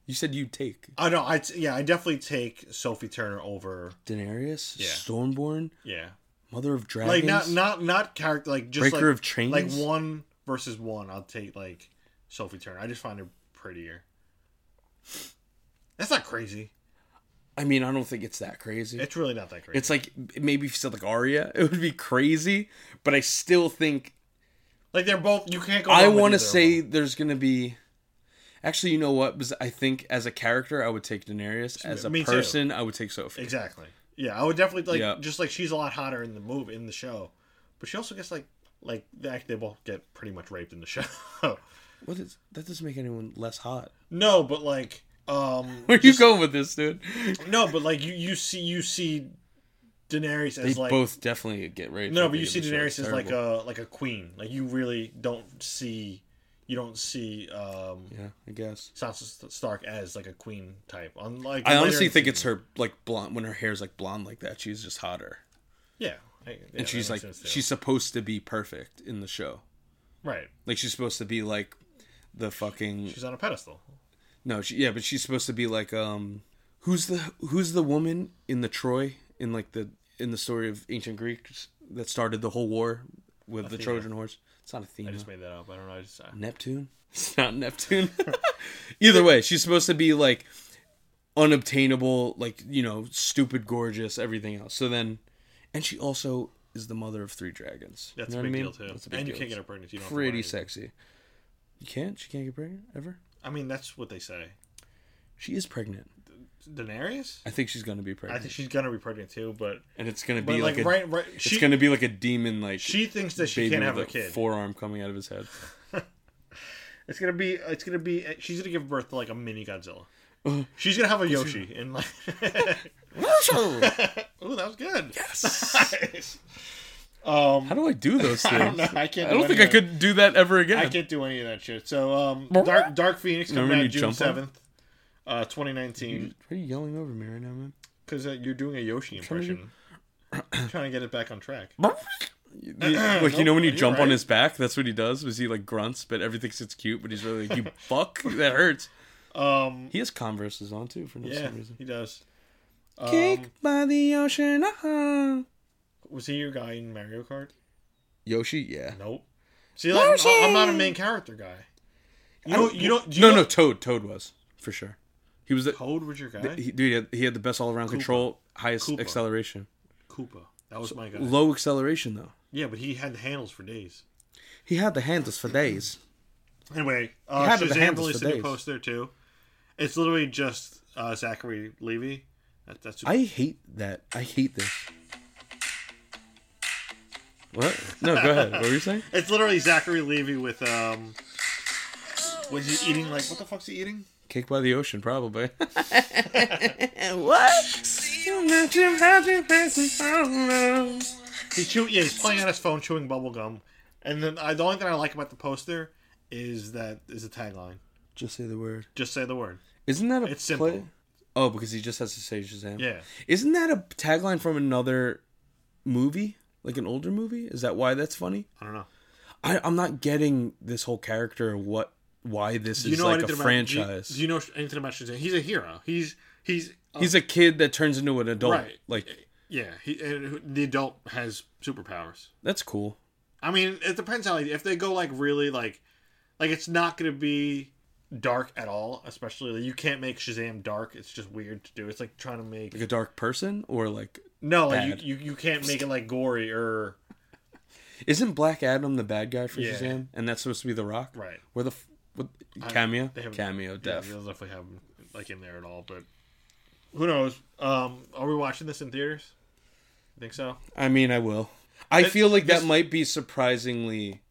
You said you'd take. I know. I t- yeah. I definitely take Sophie Turner over. Daenerys, Yeah. Stormborn, Yeah. Mother of Dragons. Like not not not character. Like just Breaker like, of chains? Like one versus one. I'll take like Sophie Turner. I just find her prettier. That's not crazy. I mean, I don't think it's that crazy. It's really not that crazy. It's like maybe if you said like Arya, it would be crazy, but I still think like they're both. You can't go. I wrong with want to either of say there's gonna be. Actually, you know what? Because I think as a character, I would take Daenerys. As a me too. person, I would take Sophie. them. exactly. Yeah, I would definitely like Yeah. just like she's a lot hotter in the movie in the show, but she also gets like like they act- they both get pretty much raped in the show. What is that? Doesn't make anyone less hot. no, but like um Where you going with this, dude? No, but like you, you see you see Daenerys They as like both definitely get raped. no, at but the you end see of the show. Daenerys It's as like terrible. a like a queen. Like you really don't see you don't see um yeah, I guess. Sansa Stark as like a queen type. Unlike I later honestly in think the it's her like blonde when her hair's like blonde like that. She's just hotter. season. yeah. I- yeah, that and she's makes like sense, too. she's supposed to be perfect in the show. right. Like she's supposed to be like the fucking She's on a pedestal. no, she, yeah, but she's supposed to be like um who's the who's the woman in the Troy in like the in the story of ancient Greeks that started the whole war with the Trojan horse. It's not Athena. I just made that up. I don't know. I just I, Neptune. It's not Neptune. Either way, she's supposed to be like unobtainable, like you know, stupid, gorgeous, everything else. So then, and she also is the mother of three dragons. that's You know what a big I mean? deal too. That's a big and you deal. can't get her pregnant. You don't have to worry. pretty sexy. You can't. She can't get pregnant ever. I mean, that's what they say. She is pregnant. Daenerys. I think she's gonna be I pregnant, think she's gonna be pregnant too, but and it's gonna but be like, like, a, right right she it's gonna be like a demon like she thinks that she baby can't have a with kid. forearm coming out of his head. It's gonna be. It's gonna be. She's gonna give birth to like a mini Godzilla. She's gonna have a Yoshi in like. Ooh, that was good. Yes. um, How do I do those things? I don't know. I can't. don't do think any I of- could do that ever again. I can't do any of that shit. So, um, Dark Dark Phoenix coming Remember when out you jump June on it? seventh, uh, twenty nineteen. Why are you yelling over me right now, man? Because uh, you're doing a Yoshi trying to do- impression. trying to get it back on track. You- like you know when you You're jump on right. his back, that's what he does. Was he like grunts, but everything thinks it's cute, but he's really like, "You fuck, that hurts." Um, He has Converse's on too for no yeah, some reason. he does. Kicked Um, by the ocean, uh-huh. was he your guy in Mario Kart? Yoshi, yeah. Nope. See, like, I'm- I'm not a main character guy. You don't. You don't. Do you no, know- no, Toad, Toad was for sure. He was the Toad was your guy? he, dude. He had, he had the best all around control, highest Koopa. acceleration, Koopa. That was my guy. low acceleration though. yeah, but he had the handles for days. He had the handles for days. Anyway, uh, had the Shazam handles released for a new days. poster too. It's literally just uh, Zachary Levy. That, that's I hate that. I hate this. What? No, go ahead. What were you saying? it's literally Zachary Levy with um. When he's eating, like, what the fuck's he eating? Cake by the ocean, probably. what? He chew, yeah, he's playing on his phone, chewing bubble gum. And then I, the only thing I like about the poster is that is the tagline. Just say the word. Just say the word. Isn't that a It's play? simple. Oh, because he just has to say Shazam. Yeah. Isn't that a tagline from another movie? Like an older movie? Is that why that's funny? I don't know. I, I'm not getting this whole character and what why this Do is like a anything about- franchise. Do you, do you know anything about Shazam? He's a hero. He's he's uh, He's a kid that turns into an adult. Right. Like yeah. He and who- the adult has superpowers. that's cool. I mean, it depends how if they go like really like like it's not going to be dark at all. Especially like, you can't make Shazam dark. It's just weird to do. It's like trying to make Like a dark person or like no like bad. you, you you can't make it like gory or isn't Black Adam the bad guy for Yeah. Shazam? And that's supposed to be the Rock. right. Where the f- what, cameo? they haven't- Cameo. Def. Yeah, they'll definitely have him like in there at all, but who knows? Um, are we watching this in theaters? I think so. I mean, I will. I feel like that this- might be surprisingly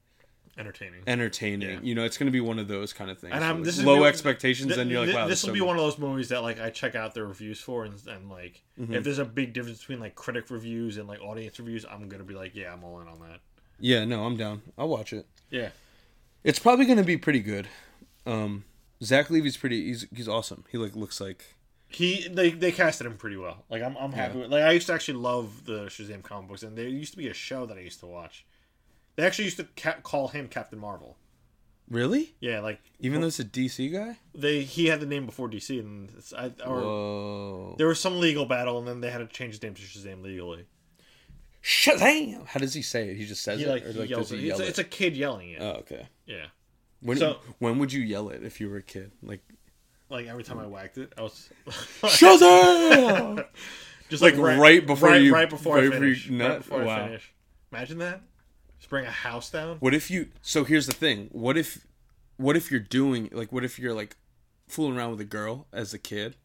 Entertaining. entertaining. Yeah. You know, it's going to be one of those kind of things. And where, I'm- like, this is low be- expectations, and you're like, Th- wow, this that's will so be good. one of those movies that like I check out the reviews for, and, and like Mm-hmm. if there's a big difference between like critic reviews and like audience reviews, I'm gonna be like, yeah, I'm all in on that. Yeah, no, I'm down. I'll watch it. Yeah, It's probably going to be pretty good. Um, Zach Levy's pretty. He's he's awesome. He like looks like he they they casted him pretty well. Like I'm I'm happy. With, like I used to actually love the Shazam comic books, and there used to be a show that I used to watch. They actually used to ca- call him Captain Marvel. really. Yeah, like Even though it's a DC guy. they he had the name before DC, and it's, I, or Whoa. there was some legal battle, and then they had to change his name to Shazam legally. Shazam! How does he say it? He just says He it, like, or he like yells does it. he yell It's, it? a, it's a kid yelling it. Oh, okay. Yeah, When So- when would you yell it if you were a kid? Like like every time I Hmm. whacked it, I was Shazam! just Like, right before right, you- right before I right before you finish. nut? right before I Wow. finish. Imagine that. Just bring a house down. what if you? So here's the thing. What if? What if you're doing like? What if you're like fooling around with a girl as a kid?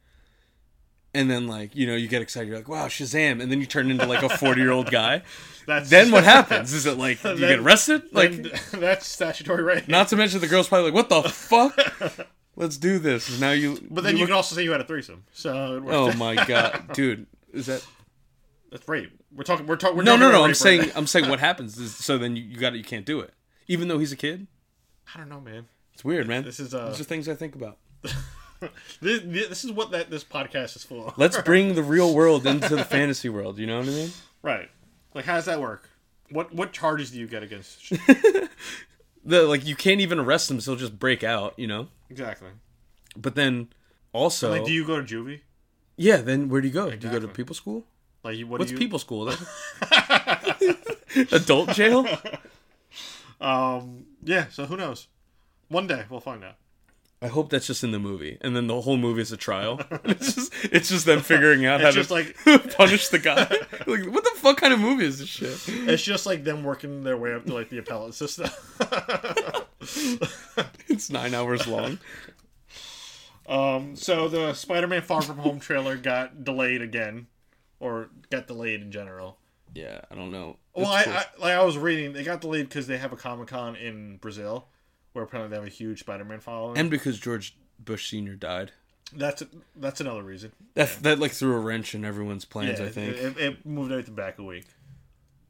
And then, like you know, you get excited. You're like, "Wow, Shazam!" And then you turn into like a forty-year-old guy. That's Then what happens? Is it like you get Then- arrested? Like, Like that's statutory rape. not to mention the girl's probably like, "What the fuck? Let's do this." Now you, but then you, look- can also say you had a threesome. So it worked. Oh my god, dude! Is that that's rape. We're talking. We're talking. We're no, talking no, about no? rape I'm right saying, now. I'm saying, what happens? Is, so then you, you got it. You can't do it, even though he's a kid. I don't know, man. It's weird, man. This is, uh, These are things I think about. This, this is what that this podcast is for. Let's bring the real world into the fantasy world. You know what I mean? Right. Like, how does that work? What what charges do you get against? Sh- The like, you can't even arrest them; so they'll just break out. You know. exactly. But then also, Like, do you go to juvie? yeah. Then where do you go? Do you go to Exactly. people school? Like, you- what What's do you? people school? Adult jail? Um. Yeah. So who knows? One day we'll find out. I hope that's just in the movie, and then the whole movie is a trial. it's just it's just them figuring out how It's just to like punish the guy. like, what the fuck kind of movie is this shit? it's just like them working their way up to like the appellate system. It's nine hours long. um. So the Spider-Man Far From Home trailer got delayed again, or got delayed in general. Yeah, I don't know. Well, I, It's cool. I like I was reading, they got delayed because they have a Comic Con in Brazil, where apparently they have a huge Spider-Man following. and because George Bush Senior died, that's that's another reason. that that like threw a wrench in everyone's plans. I it- think It, it moved everything back a week.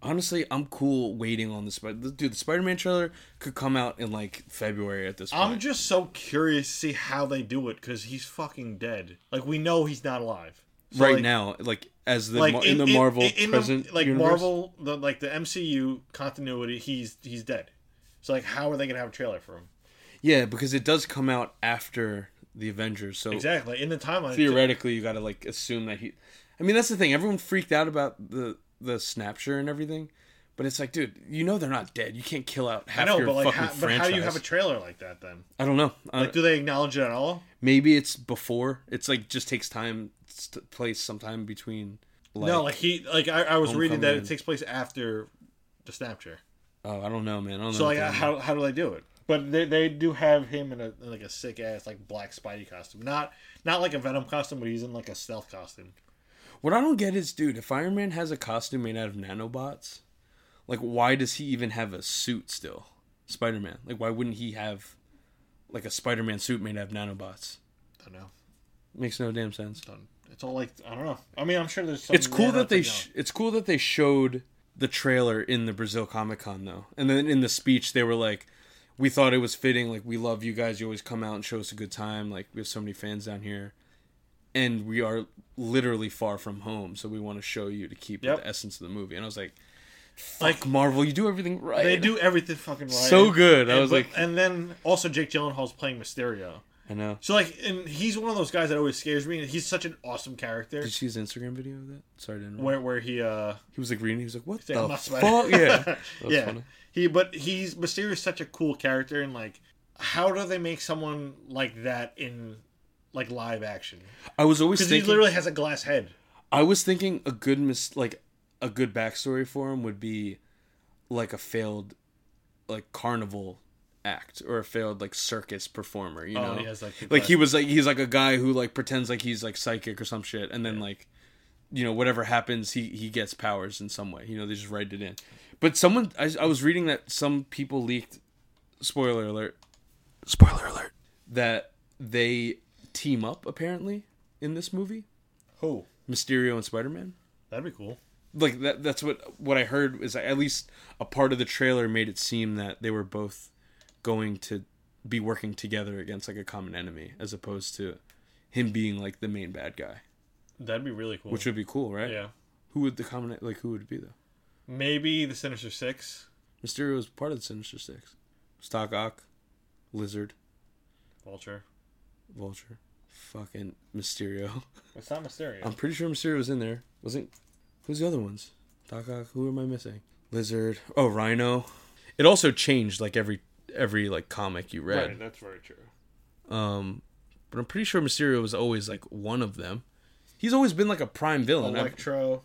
honestly, I'm cool waiting on the Spider. Dude, the Spider-Man trailer could come out in like February at this point. I'm just so curious to see how they do it because he's fucking dead. Like we know he's not alive So, right like- now, like as the Like Mar- in, the Marvel in the- present, like universe. Marvel, the, like the MCU continuity, he's he's dead. So like, how are they gonna have a trailer for him? Yeah, because it does come out after the Avengers, so Exactly in the timeline. theoretically you got to like assume that he I mean that's the thing everyone freaked out about the the snapshot and everything but it's like dude you know they're not dead you can't kill out half I know, your but like, fucking how, but franchise how do you have a trailer like that then? I don't know I- Like, do they acknowledge it at all? maybe it's before it's like just takes time s- to place sometime between like, no, like he, like I, I was reading that it Homecoming. takes place after the Snapchat. oh I don't know man I don't So know like, uh, what they- how, how do they do it? But they, they do have him in a in like a sick ass like black Spidey costume, not not like a Venom costume, but he's in like a stealth costume. what I don't get is dude if Iron Man has a costume made out of nanobots like why does he even have a suit still Spider Man like why wouldn't he have like a Spider Man suit made out of nanobots don't know. Makes no damn sense. Don't, it's all like I don't know. I mean, I'm sure there's. Some It's cool man out that they there sh- it's cool that they showed the trailer in the Brazil Comic Con though, and then in the speech they were like, "We thought it was fitting. Like we love you guys. You always come out and show us a good time. Like we have so many fans down here, and we are literally far from home, so we want to show you to keep Yep. the essence of the movie." And I was like, Like, "Fuck Marvel, you do everything right. They do everything fucking right. So good. I And- was but- like- and then also Jake Gyllenhaal's playing Mysterio. I know." So like, and he's one of those guys that always scares me. And he's such an awesome character. Did you see his Instagram video of that? Sorry, I didn't. Where where he uh He was like reading. He was like, "What Say, the "I'm not fuck?" Spider-Man." Yeah, That was yeah funny. he but he's Mysterio is such a cool character and like how do they make someone like that in like live action I was always because he thinking. literally has a glass head. I was thinking a good mis- like a good backstory for him would be like a failed like carnival act or a failed like circus performer, you Oh, know. he has, like, the like he glass- was like he's like a guy who like pretends like he's like psychic or some shit and then like you know whatever happens he he gets powers in some way. You know, they just write it in. But someone I, I was reading that some people leaked spoiler alert spoiler alert that they team up apparently in this movie, Who? Mysterio and Spider-Man Oh, That'd be cool. like that that's what what I heard is at least a part of the trailer made it seem that they were both going to be working together against like a common enemy as opposed to him being like the main bad guy, That'd be really cool. which would be cool, right? yeah, Who would the common like who would it be though? maybe the Sinister Six. Mysterio is part of the Sinister Six. Stock Ock, Lizard, Vulture. Vulture, fucking Mysterio. It's not Mysterio. I'm pretty sure Mysterio was in there. Wasn't who's the other ones? Doc Ock, who am I missing? Lizard. Oh, Rhino. It also changed like every every like comic you read. that's very true. Um but I'm pretty sure Mysterio was always like one of them. He's always been like a prime villain. I've- Electro.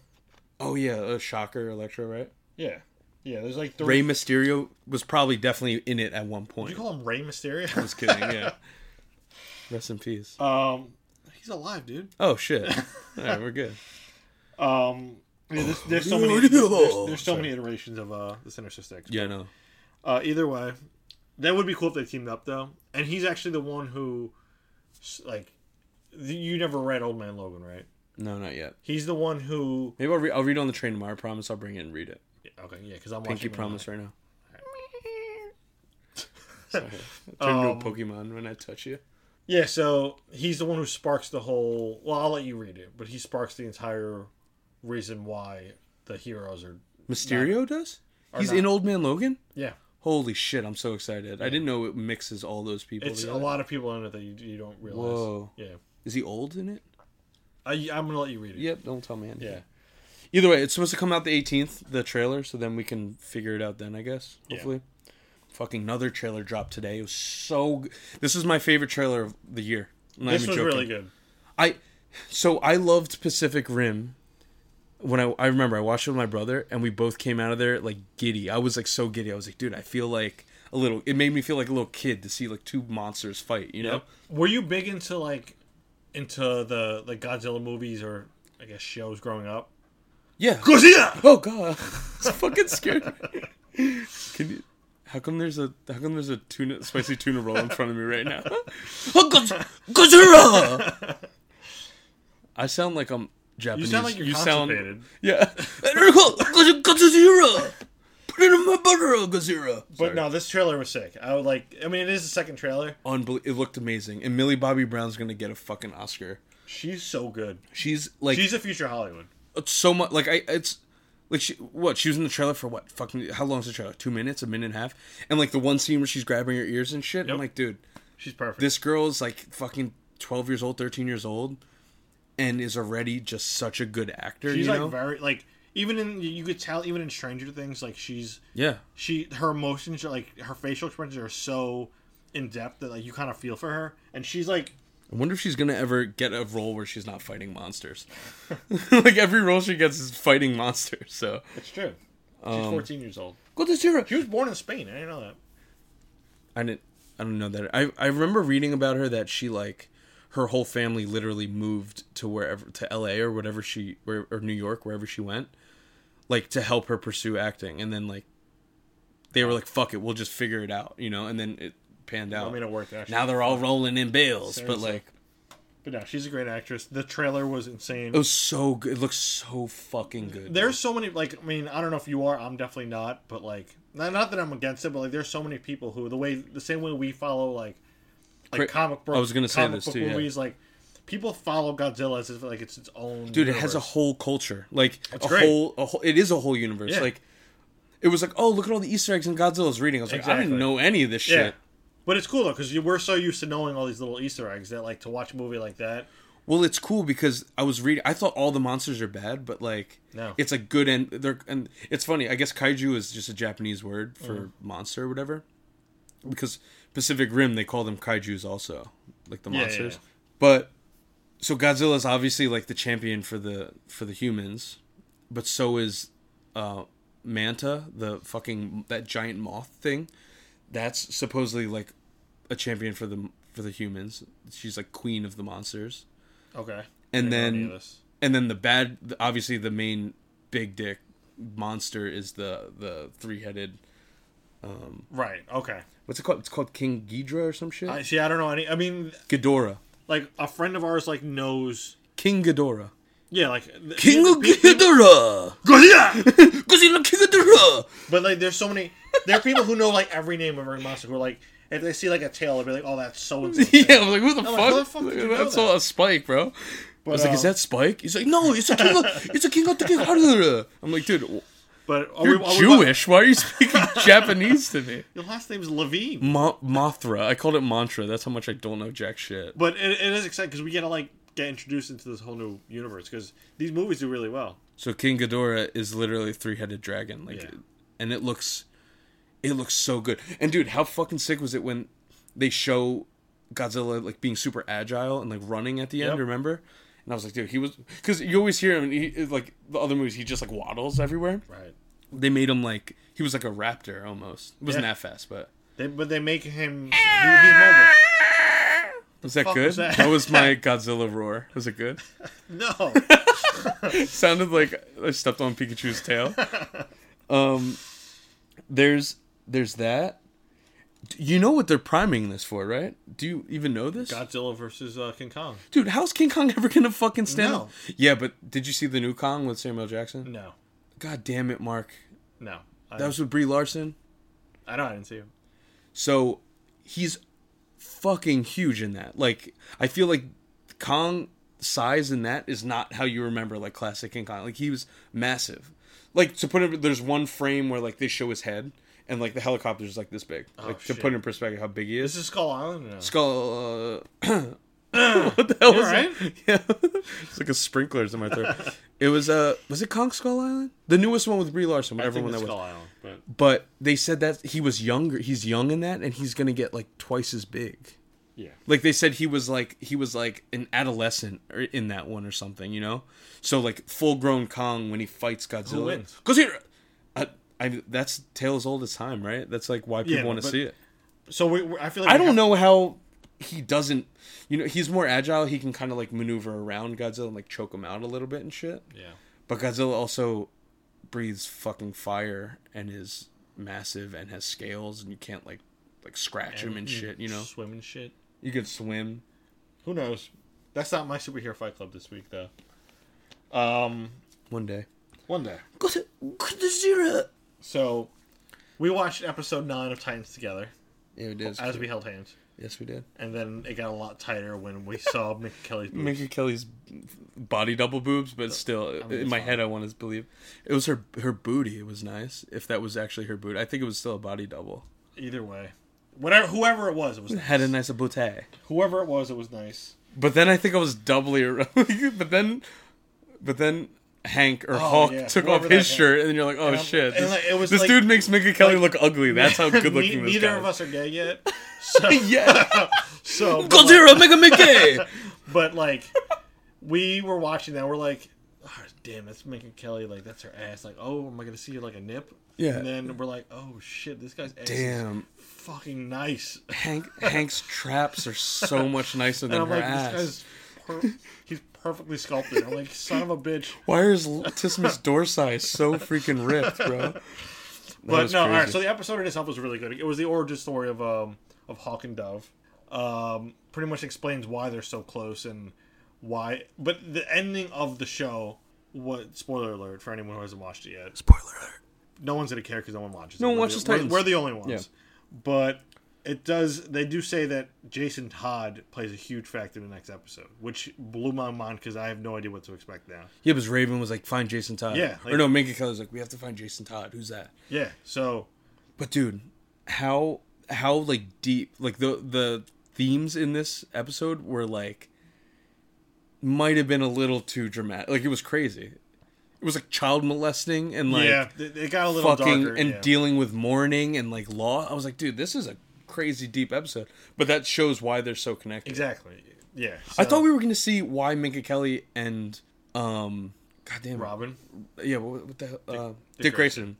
oh yeah, uh, Shocker, Electro, right? Yeah, yeah. There's like Rey three. Mysterio was probably definitely in it at one Did you point. call him Ray Mysterio? Just kidding, yeah. Rest in peace. Um, he's alive, dude. Oh shit. All right, we're good. Um, yeah, there's, there's so many. There's, there's so many iterations of uh the Sinister Six. Yeah, no. Uh, either way, that would be cool if they teamed up though. And he's actually the one who, s- like, th- you never read Old Man Logan, right? No, not yet. He's the one who. Maybe I'll, re- I'll read on the train tomorrow. I promise I'll bring it and read it. Yeah, okay, yeah, because I'm Pinky watching. promise right now. Sorry. I Um, turn into a Pokemon when I touch you. Yeah, so he's the one who sparks the whole. Well, I'll let you read it, but he sparks the entire reason why the heroes are. Mysterio does? Or He's not. in Old Man Logan? Yeah, Holy shit, I'm so excited. I didn't know it mixes all those people. it's a together. lot of people in it that you, you don't realize. Whoa. Yeah, Is he old in it? I, I'm gonna let you read it. Yep, don't tell me anything. Yeah. Either way, it's supposed to come out the 18th, the trailer, so then we can figure it out then, I guess. Hopefully. Fucking another trailer dropped today. It was so good. This is my favorite trailer of the year. I'm not This even was joking. really good. I so I loved Pacific Rim when I I remember I watched it with my brother and we both came out of there like giddy. I was like so giddy. I was like, dude, I feel like a little. It made me feel like a little kid to see like two monsters fight. You know? Were you big into like into the like Godzilla movies or I guess shows growing up? Yeah. Godzilla. Oh god, it's fucking scared. me. Can you? How come there's a how come there's a tuna spicy tuna roll in front of me right now? Oh, Godz- Godzilla! I sound like I'm You Japanese. sound like you're constipated. Yeah. Godzilla! Put it in my butter, Godzilla! But no, this trailer was sick. I would like. I mean, it is the second trailer. Unbel- it looked amazing. And Millie Bobby Brown's gonna get a fucking Oscar. She's so good. She's like She's a future Hollywood. so much like I it's like she what she was in the trailer for what fucking how long's the trailer two minutes a minute and a half and like the one scene where she's grabbing her ears and shit I'm Yep. like dude She's perfect. this girl's like fucking twelve years old thirteen years old and is already just such a good actor she's you like know very like even in you could tell even in Stranger Things like she's yeah she her emotions are like her facial expressions are so in depth that like you kind of feel for her and she's like I wonder if she's gonna ever get a role where she's not fighting monsters like every role she gets is fighting monsters so it's true. She's 14 years old. go to zero She was born in Spain. I didn't know that. I didn't. I don't know that. I I remember reading about her that she like her whole family literally moved to wherever to L.A. or whatever she where, or New York wherever she went, like to help her pursue acting. And then like they were like, "Fuck it, we'll just figure it out," you know. And then it panned out. I mean, it worked actually. now they're all rolling in bills, but like But no, she's a great actress. The trailer was insane. It was so good. It looks so fucking good. there's so many like I mean I don't know if you are I'm definitely not but like not, not that I'm against it but like there's so many people who the way the same way we follow like like Cra- comic book I was gonna say comic this book too, yeah. movies like people follow Godzilla as if like it's its own dude it has a universe. whole culture like a great. whole, a whole it is a whole universe Yeah. like it was like oh look at all the easter eggs in godzilla's reading i was like i Exactly. didn't know any of this yeah. shit But it's cool though because we're so used to knowing all these little Easter eggs that like to watch a movie like that. well it's cool because i was reading i thought all the monsters are bad but like No. it's a good and they're and it's funny i guess kaiju is just a japanese word for Mm. monster or whatever because pacific rim they call them kaijus also like the yeah, monsters yeah. but so godzilla's obviously like the champion for the for the humans but so is uh manta the fucking that giant moth thing that's supposedly like a champion for the for the humans she's like queen of the monsters Okay. and I didn't know any then of this. and then the bad obviously the main big dick monster is the the three-headed right okay what's it called it's called king ghidra or some shit I see I don't know any I mean Ghidorah like a friend of ours like knows king Ghidorah yeah like king of Ghidorah Godzilla Godzilla king Ghidorah But like, there's so many. There are people who know like every name of every monster. Who are like, if they see like a tail, they'll be like, "Oh, that's so and so." Yeah, I'm like, who the I'm like, fuck? how the fuck did you know That's that? all a spike, bro. I was like, uh, is that Spike? He's like, no, it's a king. Of, it's a king of the king. Arthur." I'm like, dude, w- But are you're we, are we- Jewish. Why are you speaking Japanese to me? your last name's Levine. Ma- Mothra. I called it mantra. That's how much I don't know jack shit. But it, it is exciting because we gotta like get introduced into this whole new universe because these movies do really well. So King Ghidorah is literally a three-headed dragon, like, Yeah. and it looks, it looks so good. And dude, how fucking sick was it when they show Godzilla like being super agile and like running at the end? Yep. Remember? And I was like, dude, he was because you always hear him. He like the other movies, he just like waddles everywhere. Right. They made him like he was like a raptor almost. It wasn't Yeah. that fast, but They, but they make him. He, he's Ah! mobile. was that fuck good? was that? that? was my Godzilla roar. Was it good? No. sounded like I stepped on Pikachu's tail. Um, there's there's that. D- You know what they're priming this for, right? Do you even know this, Godzilla versus uh, King Kong. dude? How's King Kong ever gonna fucking stand No. up? Yeah, but did you see the new Kong with Samuel Jackson? No. God damn it, Mark! No. I, That was with Brie Larson. I know. I didn't see him. So he's fucking huge in that. Like I feel like Kong size in that is not how you remember like classic King Kong. Like he was massive. Like to put it, there's one frame where like they show his head and like the helicopter's like this big. like to Oh, shit. put in perspective how big he This is. is Skull Island. or No. Skull. Uh, what the hell You was alright? that? Yeah, it's like a sprinkler's in my throat. it was uh, was it Kong Skull Island? The newest one with Brie Larson, I whatever think one it's that was Skull Island. But but they said that he was younger he's young in that and he's gonna get like twice as big Yeah. like they said he was like he was like an adolescent or in that one or something you know so like full grown kong when he fights godzilla wins? Godzilla! I, I, that's tale as old as time right that's like why people Yeah, want to but- see it so we, we- I feel like i we don't have- know how he doesn't you know he's more agile he can kind of like maneuver around godzilla and like choke him out a little bit and shit Yeah. but Godzilla also breathes fucking fire and is massive and has scales and you can't like like scratch him and shit, you know. swim and shit. You can swim. Who knows? That's not my superhero fight club this week though. Um, One day. one day. Godzilla. So, we watched episode nine of Titans together Yeah, we did. as we held hands, yes, we did. and then it got a lot tighter when we saw Mick Kelly's. boobs. Mickey Kelly's body double boobs, but still, in Oh, it's my fine. head, I want to believe it was her her booty. It was nice. If that was actually her booty, I think it was still a body double. Either way, whatever, whoever it was, it was nice. Had a nice booty. whoever it was, it was nice. But then I think I was doubly around. but then, but then Hank or Hulk Oh, yeah. took Whoever off that his Hank- shirt, and you're like, oh And I'm- shit, and this, like, it was this like- dude makes Mickey Kelly like- look ugly. That's how good looking Ne- this neither guy. of is. us are gay yet, so Yeah, so but like, Godzilla, Mega Mickey. but, like, we were watching that. We're like. Oh, damn, that's Mick Kelly. Like, that's her ass. Like, oh, am I gonna see like a nip? Yeah. And then we're like, oh shit, this guy's ass is Damn, fucking nice. Hank Hank's traps are so much nicer than And her I'm like, ass. this guy's per- he's perfectly sculpted. I'm like, son of a bitch. Why is Tismus Dorsey so freaking ripped, bro? That But was no, all right. crazy. So the episode in itself was really good. It was the origin story of um of Hawk and Dove. Um, pretty much explains why they're so close and why. But the ending of the show, what spoiler alert for anyone who hasn't watched it yet. Spoiler alert. No one's gonna care because no one watches. No it. one We're watches the, we're- Titans. We're, the only ones. Yeah. But it does. They do say that Jason Todd plays a huge factor in the next episode, which blew my mind because I have no idea what to expect now. Yeah, because Raven was like, find Jason Todd. Yeah, like- or no, Minka Kelly's like, we have to find Jason Todd. Who's that? Yeah. So But dude, how how like deep like the the themes in this episode were like might have been a little too dramatic. Like it was crazy. It was like child molesting and like yeah, it, it got a little fucking darker. and yeah. dealing with mourning and like law. I was like, dude, this is a crazy deep episode. But that shows why they're so connected. exactly. Yeah. I so- thought we were gonna see why Minka Kelly and um goddamn Robin. yeah what, what the hell, uh, Dick, Dick Grayson.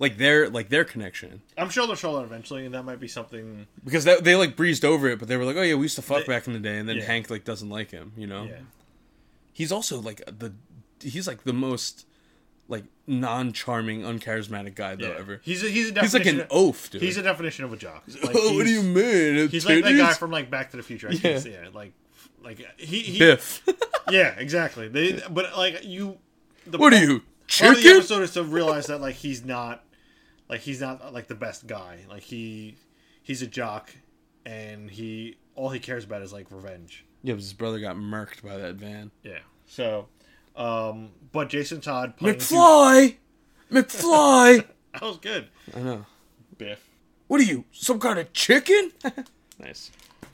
like their like their connection I'm sure they'll show that eventually, and that might be something. because that, they like breezed over it but they were like oh yeah we used to fuck They- back in the day and then Yeah. Hank like doesn't like him you know Yeah. he's also like the he's like the most like non charming uncharismatic guy though yeah. ever He's a, he's a he's like definition an oaf dude He's a definition of a jock. Like, oh, what do you he's- mean He's like that guy Titties? from E- like Back to the Future. I Yeah. guess. Yeah. Like, like he. he Biff Yeah. Exactly. They. But like you. The what are you Part of the chicken episode is to realize that like he's not, like he's not like the best guy. Like he, he's a jock, and he all he cares about is like revenge. yeah but his brother got murked by that van Yeah. So, um, but Jason Todd playing McFly McFly that was good. I know Biff. what are you some kind of chicken nice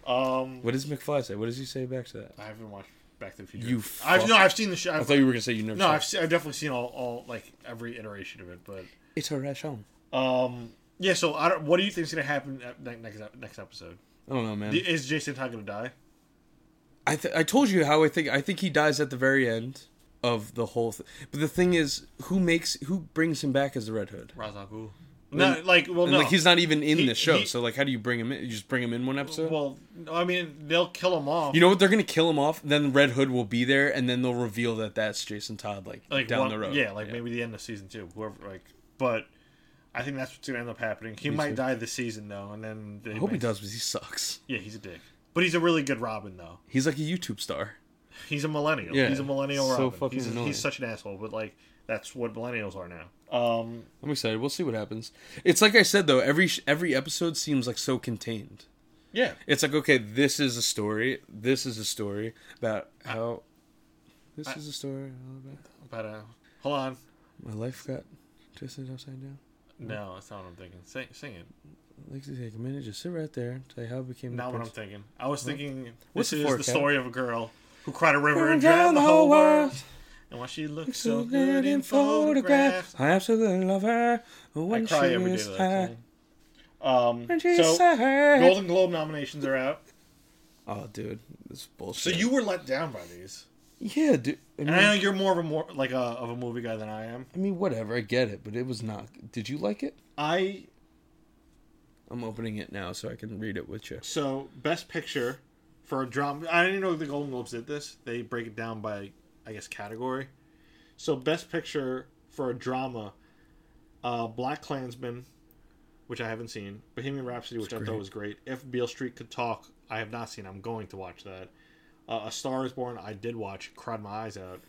Um, what does McFly say what does he say back to that I haven't watched Back to the Future. You I've fuck. no, I've seen the show. I've, I thought you were gonna say you never no, saw I've, it. se- I've definitely seen all, all like every iteration of it. But it's a ration um, yeah. So I don't. What do you think's gonna happen at ne- next ep- next episode? I don't know man Is Jason Todd gonna die? I th- I told you how I think I think he dies at the very end of the whole thing. But the thing is, who makes who brings him back as the Red Hood? Ra's al Ghul. No, like well, And, no. Like he's not even in He- the show. he- so like, how do you bring him in? You just bring him in one episode. well, no, I mean, they'll kill him off. you know what? They're gonna kill him off. Then Red Hood will be there, and then they'll reveal that that's Jason Todd, like, like down one- the road. Yeah, like maybe the end of season two. Whoever, like, but I think that's what's gonna end up happening. He might too. die this season though, and then they I hope he make- does, because he sucks. Yeah, he's a dick, but he's a really good Robin though. He's like a YouTube star. He's a millennial. Yeah, he's a millennial so Robin. fucking he's, annoying. he's such an asshole, but like that's what millennials are now. Um, I'm excited. We'll see what happens. It's like I said though. Every sh- every episode seems like so contained. yeah, It's like okay, this is a story. This is a story about how. This is a story about but uh, hold on. my life got twisted upside down. No, that's not what I'm thinking. Sing, sing it. Like to take a minute, just sit right there, tell you how I became. Not what I'm thinking. I was thinking What's this it is for, the Kevin? story of a girl who cried a river and drowned the whole world. And why she looks so good in photographs. I absolutely love her. I When cry she every day is to high. that song. Um, When she's so sad. Golden Globe nominations are out. Oh, dude, this is So bullshit. you were let down by these, yeah, dude. I mean, and I know you're more of a more like a of a movie guy than I am. I mean, whatever. I get it, but it was not. Did you like it? I I'm opening it now so I can read it with you. So, best picture for a drama. I didn't know the Golden Globes did this. They break it down by, I guess, category. So, best picture for a drama, uh, Black Klansman, which I haven't seen, Bohemian Rhapsody, which I thought great. was great. If Beale Street Could Talk, I have not seen. I'm going to watch that. Uh, a Star Is Born, I did watch. Cried my eyes out.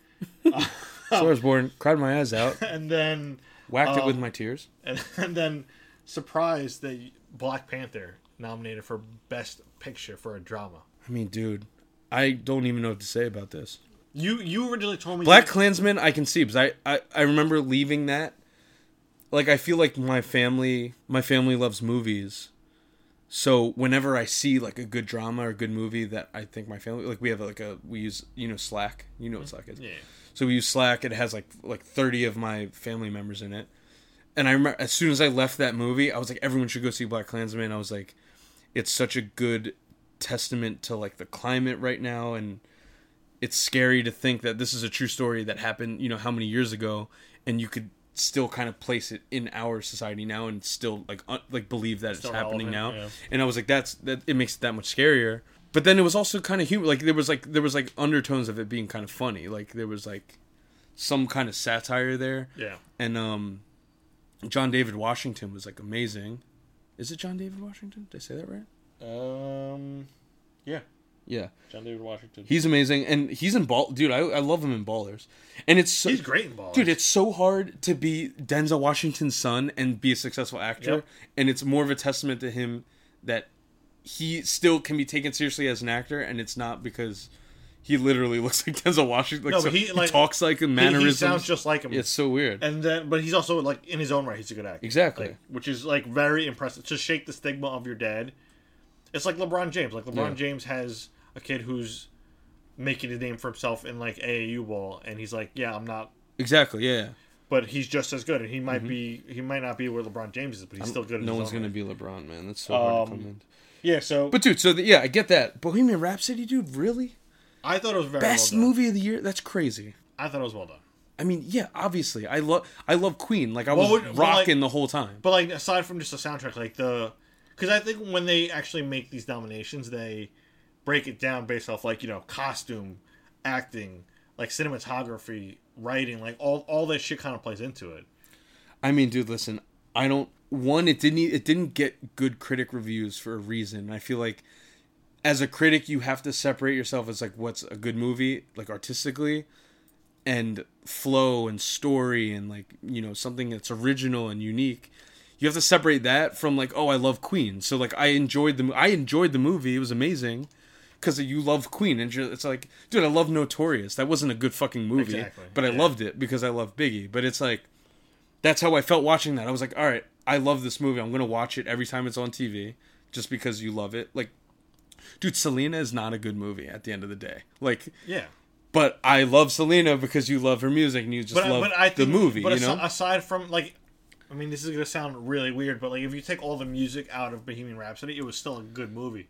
Oh. So I was born, cried my eyes out, And then, whacked it Um, with my tears. and, and then, surprised that Black Panther nominated for best picture for a drama. I mean, dude, I don't even know what to say about this. You you originally told me Black Klansman, I can see because I, I I remember leaving that. Like I feel like my family my family loves movies, so whenever I see like a good drama or a good movie that I think my family like we have like a we use you know Slack you know what Slack is Yeah. so we use Slack it has like like thirty of my family members in it, and I remember as soon as I left that movie I was like everyone should go see Black Klansman I was like it's such a good testament to like the climate right now and it's scary to think that this is a true story that happened, you know, how many years ago, and you could still kind of place it in our society now and still like un- like believe that it's happening relevant, now. yeah. And I was like, that's that. It makes it that much scarier. But then it was also kind of humor. Like there was like there was like undertones of it being kind of funny. Like there was like some kind of satire there. Yeah. And um, John David Washington was like amazing. Is it John David Washington? Did I say that right? Um, Yeah, Yeah, John David Washington. he's amazing, and he's in ball, dude. I, I love him in Ballers, and it's so, He's great in ball. dude. It's so hard to be Denzel Washington's son and be a successful actor, Yep. and it's more of a testament to him that he still can be taken seriously as an actor, and it's not because he literally looks like Denzel Washington. Like, No, so but he, he, like- talks like a he, mannerism. he sounds just like him. it's so weird. and then, but he's also like in his own right, he's a good actor. Exactly. Like, which is like very impressive to shake the stigma of your dad. It's like LeBron James. Like LeBron Yeah. James has a kid who's making a name for himself in like AAU ball, and he's like, yeah, I'm not. exactly. Yeah. But he's just as good, and he might be. He might not be where LeBron James is, but he's still good. Mm-hmm. in No his one's own gonna right. be LeBron, man. That's so hard to Um, comment. Yeah. So, But dude, so the, yeah, I get that. Bohemian Rhapsody, dude, really I thought it was very best well done. movie of the year. That's crazy. I thought it was well done. I mean, yeah, obviously, I love I love Queen. Like I was Well, would- well, like- rocking the whole time. But like aside from just the soundtrack, like the because I think when they actually make these nominations, they break it down based off like you know costume, acting, like cinematography, writing, like all all that shit kind of plays into it. I mean, dude, listen, I don't. One, it didn't e, it didn't get good critic reviews for a reason. I feel like as a critic, you have to separate yourself as like what's a good movie, like artistically, and flow and story and like you know something that's original and unique. You have to separate that from like, oh, I love Queen. So like, I enjoyed the mo- I enjoyed the movie. It was amazing because you love Queen, and you're, it's like, dude, I love Notorious. That wasn't a good fucking movie, Exactly, but I yeah. loved it because I love Biggie. But it's like, that's how I felt watching that. I was like, all right, I love this movie. I'm gonna watch it every time it's on TV, just because you love it. Like, dude, Selena is not a good movie at the end of the day. Like, Yeah, but I love Selena because you love her music and you just but I, love but I the think- movie. But you asi- know, aside from like. I mean, this is gonna sound really weird, but like if you take all the music out of Bohemian Rhapsody, it was still a good movie,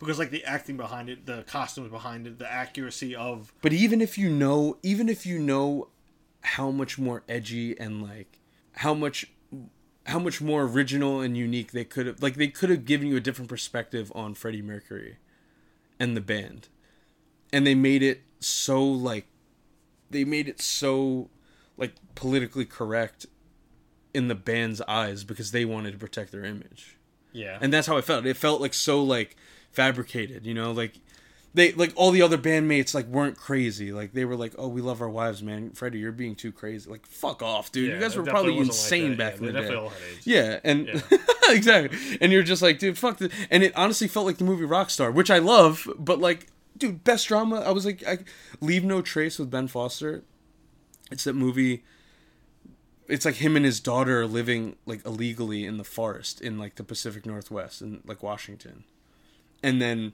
because like the acting behind it, the costumes behind it, the accuracy of But even if you know, even if you know how much more edgy and like how much how much more original and unique they could have like they could have given you a different perspective on Freddie Mercury and the band. And they made it so like they made it so like politically correct in the band's eyes because they wanted to protect their image yeah, and that's how it felt. It felt like so like fabricated, you know, like they like all the other bandmates like weren't crazy. Like they were like, "Oh, we love our wives, man. Freddie, you're being too crazy. Like fuck off, dude. Yeah, you guys it were definitely probably wasn't like insane that. back Yeah, in they the definitely day." all had AIDS. Yeah, and exactly. And you're just like, dude, fuck this. And it honestly felt like the movie Rockstar, which I love, but like, dude, best drama. I was like, I leave no trace with Ben Foster. It's that movie. It's like him and his daughter are living like illegally in the forest in like the Pacific Northwest in like Washington, and then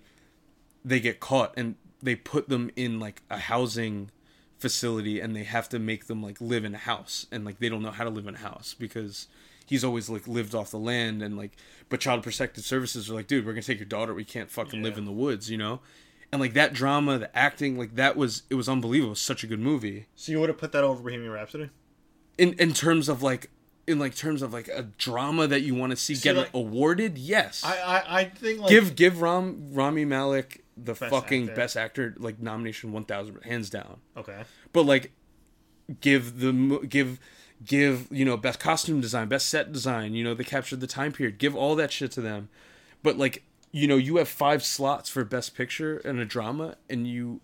they get caught and they put them in like a housing facility and they have to make them like live in a house and like they don't know how to live in a house because he's always like lived off the land and like but child protective services are like dude we're gonna take your daughter we can't fucking live in the woods you know and like that drama the acting like that was it was unbelievable it was such a good movie So you would have put that over Bohemian Rhapsody? in in terms of like in like terms of like a drama that you want to see, get like- awarded yes I I, I think like give give Ram Rami Malik the fucking actor. best actor like nomination one thousand hands down. okay. But like, give the mo- give give you know best costume design, best set design. You know they captured the time period. Give all that shit to them. But like you know you have five slots for best picture and a drama, and you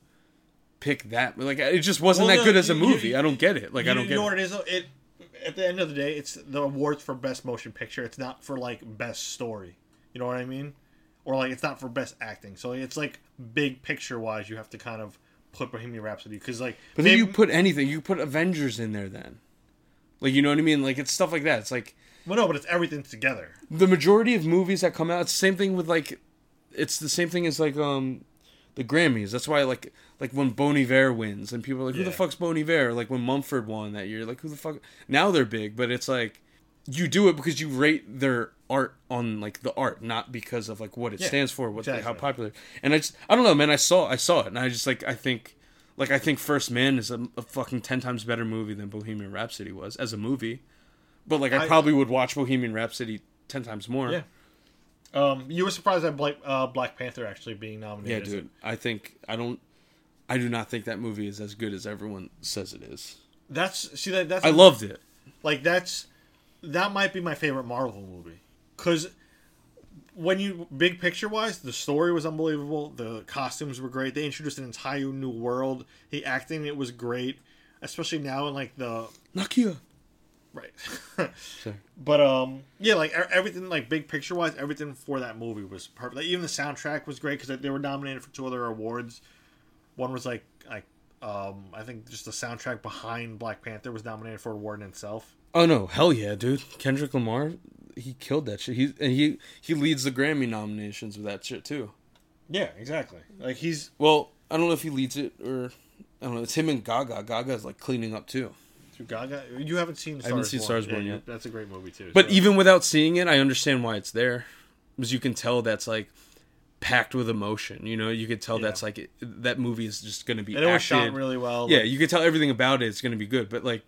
pick that. Like it just wasn't Well, that no, good as a you- movie. you- I don't get it. Like You, I don't you get. know it. what it is though? It at the end of the day, it's the awards for best motion picture. It's not for like best story. You know what I mean? Or like it's not for best acting. So it's like big picture wise, you have to kind of put Bohemian Rhapsody because like But then maybe- you put anything. You put Avengers in there then. Like you know what I mean? Like it's stuff like that. It's like well no, but it's everything together. the majority of movies that come out it's the same thing with like it's the same thing as like um the grammys that's why like like when bon iver wins and people are like who the Yeah. fuck's bon iver like when mumford won that year like who the fuck now they're big but it's like you do it because you rate their art on like the art not because of like what it stands for what like, how exactly. popular and i just i don't know man i saw i saw it and i just like i think like i think first man is a, a fucking 10 times better movie than bohemian rhapsody was as a movie but like i, I- probably would watch bohemian rhapsody 10 times more Yeah. Um, you were surprised at Black uh, Black Panther actually being Yeah, nominated. dude. I think I don't. I do not think that movie is as good as everyone says it is. That's see that that's I loved it. Like that's that might be my favorite Marvel movie because when you big picture wise, the story was unbelievable. The costumes were great. They introduced an entire new world. The acting it was great, especially now in like the Nakia. right. but um, yeah, like e- everything, like big picture wise, everything for that movie was perfect. Like, even the soundtrack was great because they were nominated for two other awards. One was like like um, I think just the soundtrack behind Black Panther was nominated for an award in itself. Oh no, hell yeah, dude! Kendrick Lamar, he killed that shit. He and he he leads the Grammy nominations with that shit too. Yeah, exactly. Like he's Well, I don't know if he leads it or I don't know. It's him and Gaga. Gaga's like cleaning up too. through Gaga. You haven't seen. Stars haven't seen Stars Born Yeah, yet. That's a great movie too. But so- even without seeing it, I understand why it's there, because you can tell that's like packed with emotion. You know, you could tell that's like that movie is just going to be. and it was shot acted. really well. Yeah, you could tell everything about it. It's going to be good. But like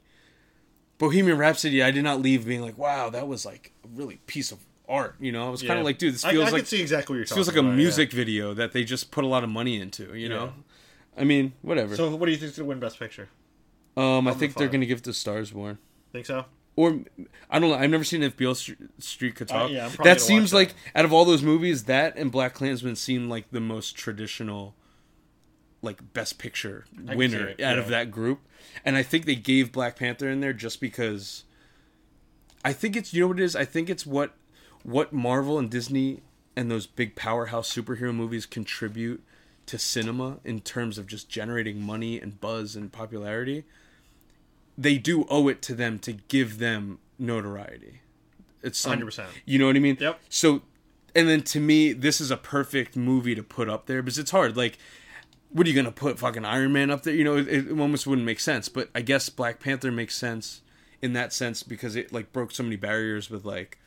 Bohemian Rhapsody, I did not leave being like, wow, that was like a really piece of art. You know, I was kind Yeah. of like, dude, this I- feels I, like can see exactly what you're this talking feels like a about, yeah. music video that they just put a lot of money into. You know, I mean, whatever. So, what do you think's gonna win Best Picture? um, I think they're five. going to give it to Stars Born. Think so? Or I don't know. I've never seen if Beale Str- Street could talk. Uh, yeah, I'm probably that gonna seems watch like that. out of all those movies, that and Black Klansman seem like the most traditional, like best picture winner it, out yeah. of that group. And I think they gave Black Panther in there just because. I think it's you know what it is. I think it's what what Marvel and Disney and those big powerhouse superhero movies contribute to cinema in terms of just generating money and buzz and popularity they do owe it to them to give them notoriety. It's some- 100%. You know what I mean? Yep. So, and then to me, this is a perfect movie to put up there because it's hard. Like, what are you gonna put fucking Iron Man up there? You know, it, it almost wouldn't make sense. But I guess Black Panther makes sense in that sense because it like broke so many barriers with like,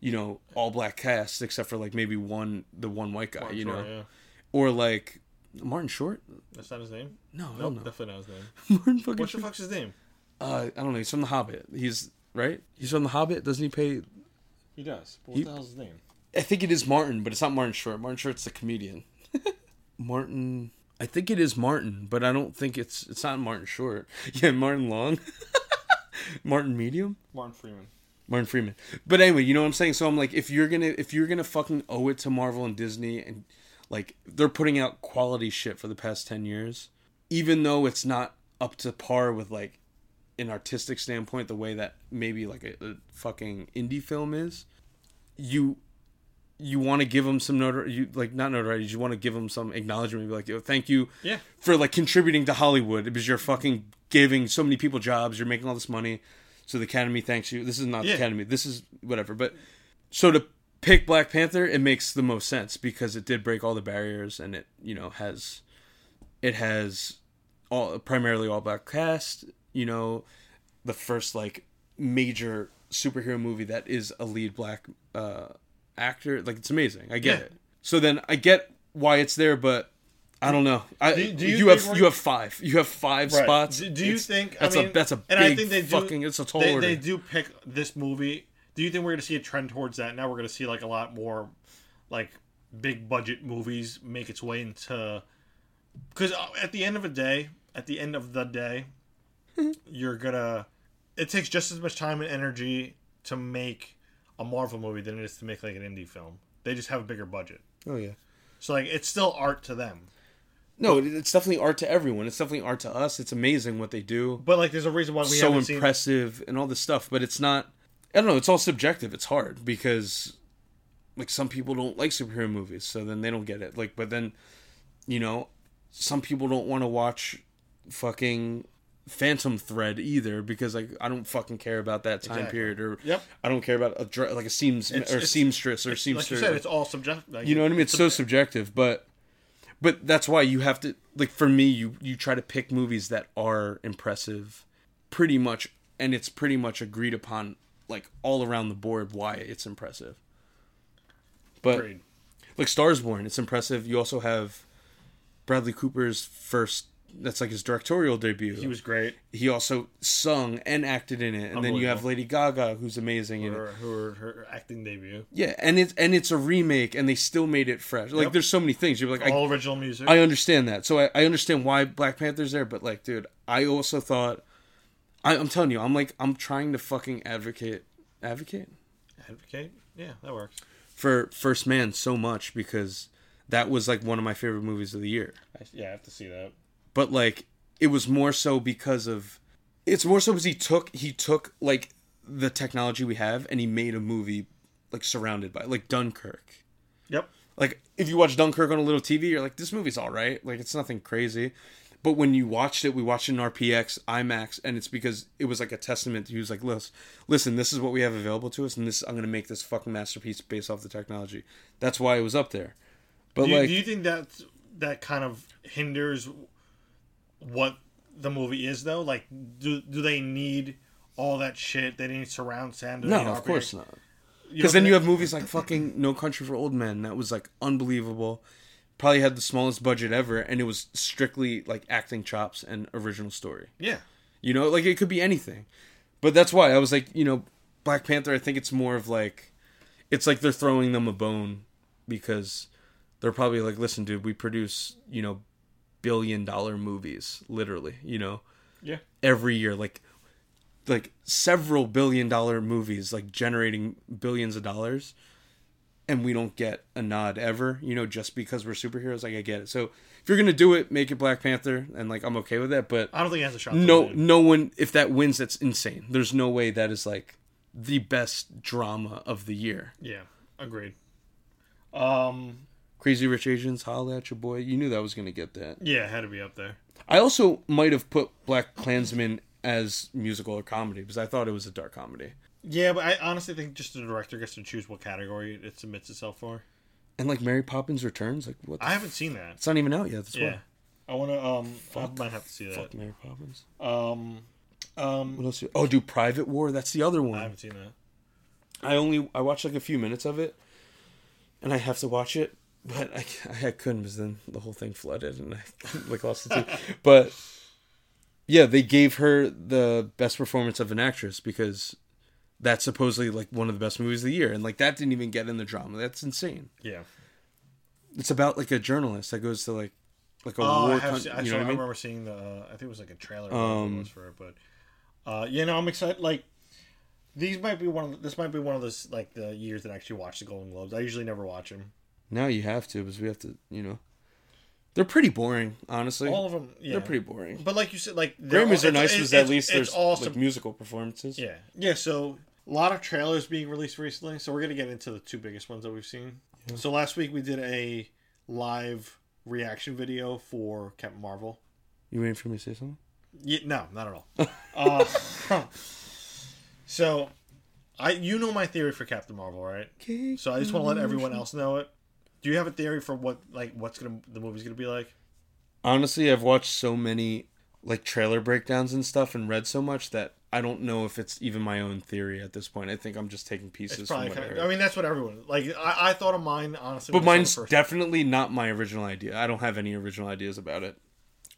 you know, all black cast except for like maybe one the one white guy. you know, Sure, yeah. or like Martin Short. That's not his name. No, Nope, I don't know. definitely not his name. Martin fucking What's the Short. fuck's his name? uh, I don't know. He's from The Hobbit. He's right. He's from The Hobbit. Doesn't he pay? He does. But what the hell's his name? I think it is Martin, but it's not Martin Short. Martin Short's the comedian. Martin. I think it is Martin, but I don't think it's it's not Martin Short. Yeah, Martin Long. Martin Medium. Martin Freeman. Martin Freeman. But anyway, you know what I'm saying? So I'm like, if you're gonna if you're gonna fucking owe it to Marvel and Disney and like they're putting out quality shit for the past ten years, even though it's not up to par with like an artistic standpoint the way that maybe like a, a fucking indie film is, you you want to give them some notoriety, you, like not notoriety, you want to give them some acknowledgement, be like, yo, thank you Yeah. for like contributing to Hollywood because you're fucking giving so many people jobs, you're making all this money. So the Academy thanks you. This is not Yeah. the Academy. This is whatever. But so to pick Black Panther, it makes the most sense because it did break all the barriers and it, you know, has it has all primarily all black cast, you know, the first like major superhero movie that is a lead black uh actor. Like it's amazing. I get Yeah. it. So then I get why it's there, but I don't know. I Do- do you you, think have we're- you have five. You have five Right. spots. Do, do you It's- think that's I mean, a that's a big and I think they do, fucking it's a tall they, order. they do pick this movie. Do you think we're gonna see a trend towards that? Now we're gonna see like a lot more like big budget movies make its way into because at the end of the day, at the end of the day, you're gonna it takes just as much time and energy to make a Marvel movie than it is to make like an indie film. They just have a bigger budget, oh yeah. so like it's still art to them. No, it- it's definitely art to everyone. It's definitely art to us. It's amazing what they do. But like, there's a reason why we so haven't seen impressive and all this stuff, but it's not. I don't know. It's all subjective. It's hard because, like, some people don't like superhero movies, so then they don't get it. Like, but then, you know, some people don't want to watch fucking Phantom Thread either because like I don't fucking care about that time Exactly. period or Yep. I don't care about a dre- like a seams It's- or it's- seamstress or like seamster. you said, it's all subjective. Like, You know what I mean? It's so subjective, but but that's why you have to like for me you you try to pick movies that are impressive pretty much and it's pretty much agreed upon like all around the board why it's impressive. But Agreed. like Stars Born, it's impressive. You also have Bradley Cooper's first that's like his directorial debut. He was great. he also sung and acted in it. And then you have Unbelievable. Lady Gaga who's amazing in it. Her, her, her acting debut. Yeah, and it's and it's a remake, and they still made it fresh. Like, Yep. there's so many things. You're like, I, All original music. I understand that. So I, I understand why Black Panther's there, but like, dude, I also thought, I, I'm telling you, I'm like, I'm trying to fucking advocate, advocate Advocate. Yeah, that works. for First Man so much because that was like one of my favorite movies of the year. I, yeah, I have to see that. But like it was more so because of it's more so because he took he took like the technology we have and he made a movie like surrounded by like Dunkirk Yep. like if you watch Dunkirk on a little TV, you're like, this movie's all right. Like it's nothing crazy. But when you watched it, we watched it in RPX, IMAX, and it's because it was like a testament. He was like, listen, listen, this is what we have available to us, and this I'm gonna make this fucking masterpiece based off the technology. That's why it was up there. But Do you, like, do you think that that kind of hinders what the movie is though? Like, do do they need all that shit? They need surround sound. no, of course not. Because then you have movies like fucking No Country for Old Men. That was like unbelievable. Probably had the smallest budget ever, and it was strictly like acting chops and original story. yeah. You know, like it could be anything. But that's why I was like, you know, Black Panther, I think it's more of like it's like they're throwing them a bone because they're probably like, listen, dude, we produce, you know, billion dollar movies, literally, you know, Yeah. every year. Like like several billion dollar movies, like generating billions of dollars, and we don't get a nod ever, you know, just because we're superheroes. Like I get it. So if you're gonna do it, make it Black Panther, and like I'm okay with that, but I don't think it has a shot. to no win. no one if that wins that's insane there's no way that is like the best drama of the year Yeah. Agreed. Um. crazy rich asians holla at your boy you knew that was gonna get that Yeah, it had to be up there. i also might have put black klansman as musical or comedy because i thought it was a dark comedy Yeah, but I honestly think just the director gets to choose what category it submits itself for. and like mary poppins returns like what the I f- haven't seen that. it's not even out yet that's Yeah. yeah. I want to. Um, I might have to see why that. fuck mary poppins Um, um, what else oh do private war that's the other one I haven't seen that. I only I watched like a few minutes of it, and I have to watch it, but I, I couldn't because then the whole thing flooded and I like lost the team. But yeah, they gave her the best performance of an actress because that's supposedly like one of the best movies of the year, and like that didn't even get in the drama. That's insane. Yeah. It's about like a journalist that goes to like like a Oh, I war. have. Con- seen, I, you saw- know what I I mean? remember seeing the. Uh, I think it was like a trailer. Um, it was for it, but uh, yeah, no, I'm excited. Like these might be one. Of the, this might be one of those like the years that I actually watch the Golden Globes. I usually never watch them. Now you have to because we have to. You know, they're pretty boring, honestly. All of them. Yeah. They're pretty boring. But like you said, like Grammys they're all- are it's- nice it's- because at it's- least it's there's all like sub- musical performances. Yeah. Yeah, so a lot of trailers being released recently. So we're going to get into the two biggest ones that we've seen. So last week we did a live reaction video for Captain Marvel. You waiting for me to say something? Yeah, no, not at all. uh, so I you know my theory for Captain Marvel, right? So I just want to let everyone else know it. Do you have a theory for what like what's going to the movie's going to be like? Honestly, I've watched so many like trailer breakdowns and stuff and read so much that I don't know if it's even my own theory at this point. I think I'm just taking pieces It's from probably what I kind heard. of, I mean that's what everyone like I, I thought of mine honestly. but when I saw the mine's first- definitely not my original idea. I don't have any original ideas about it.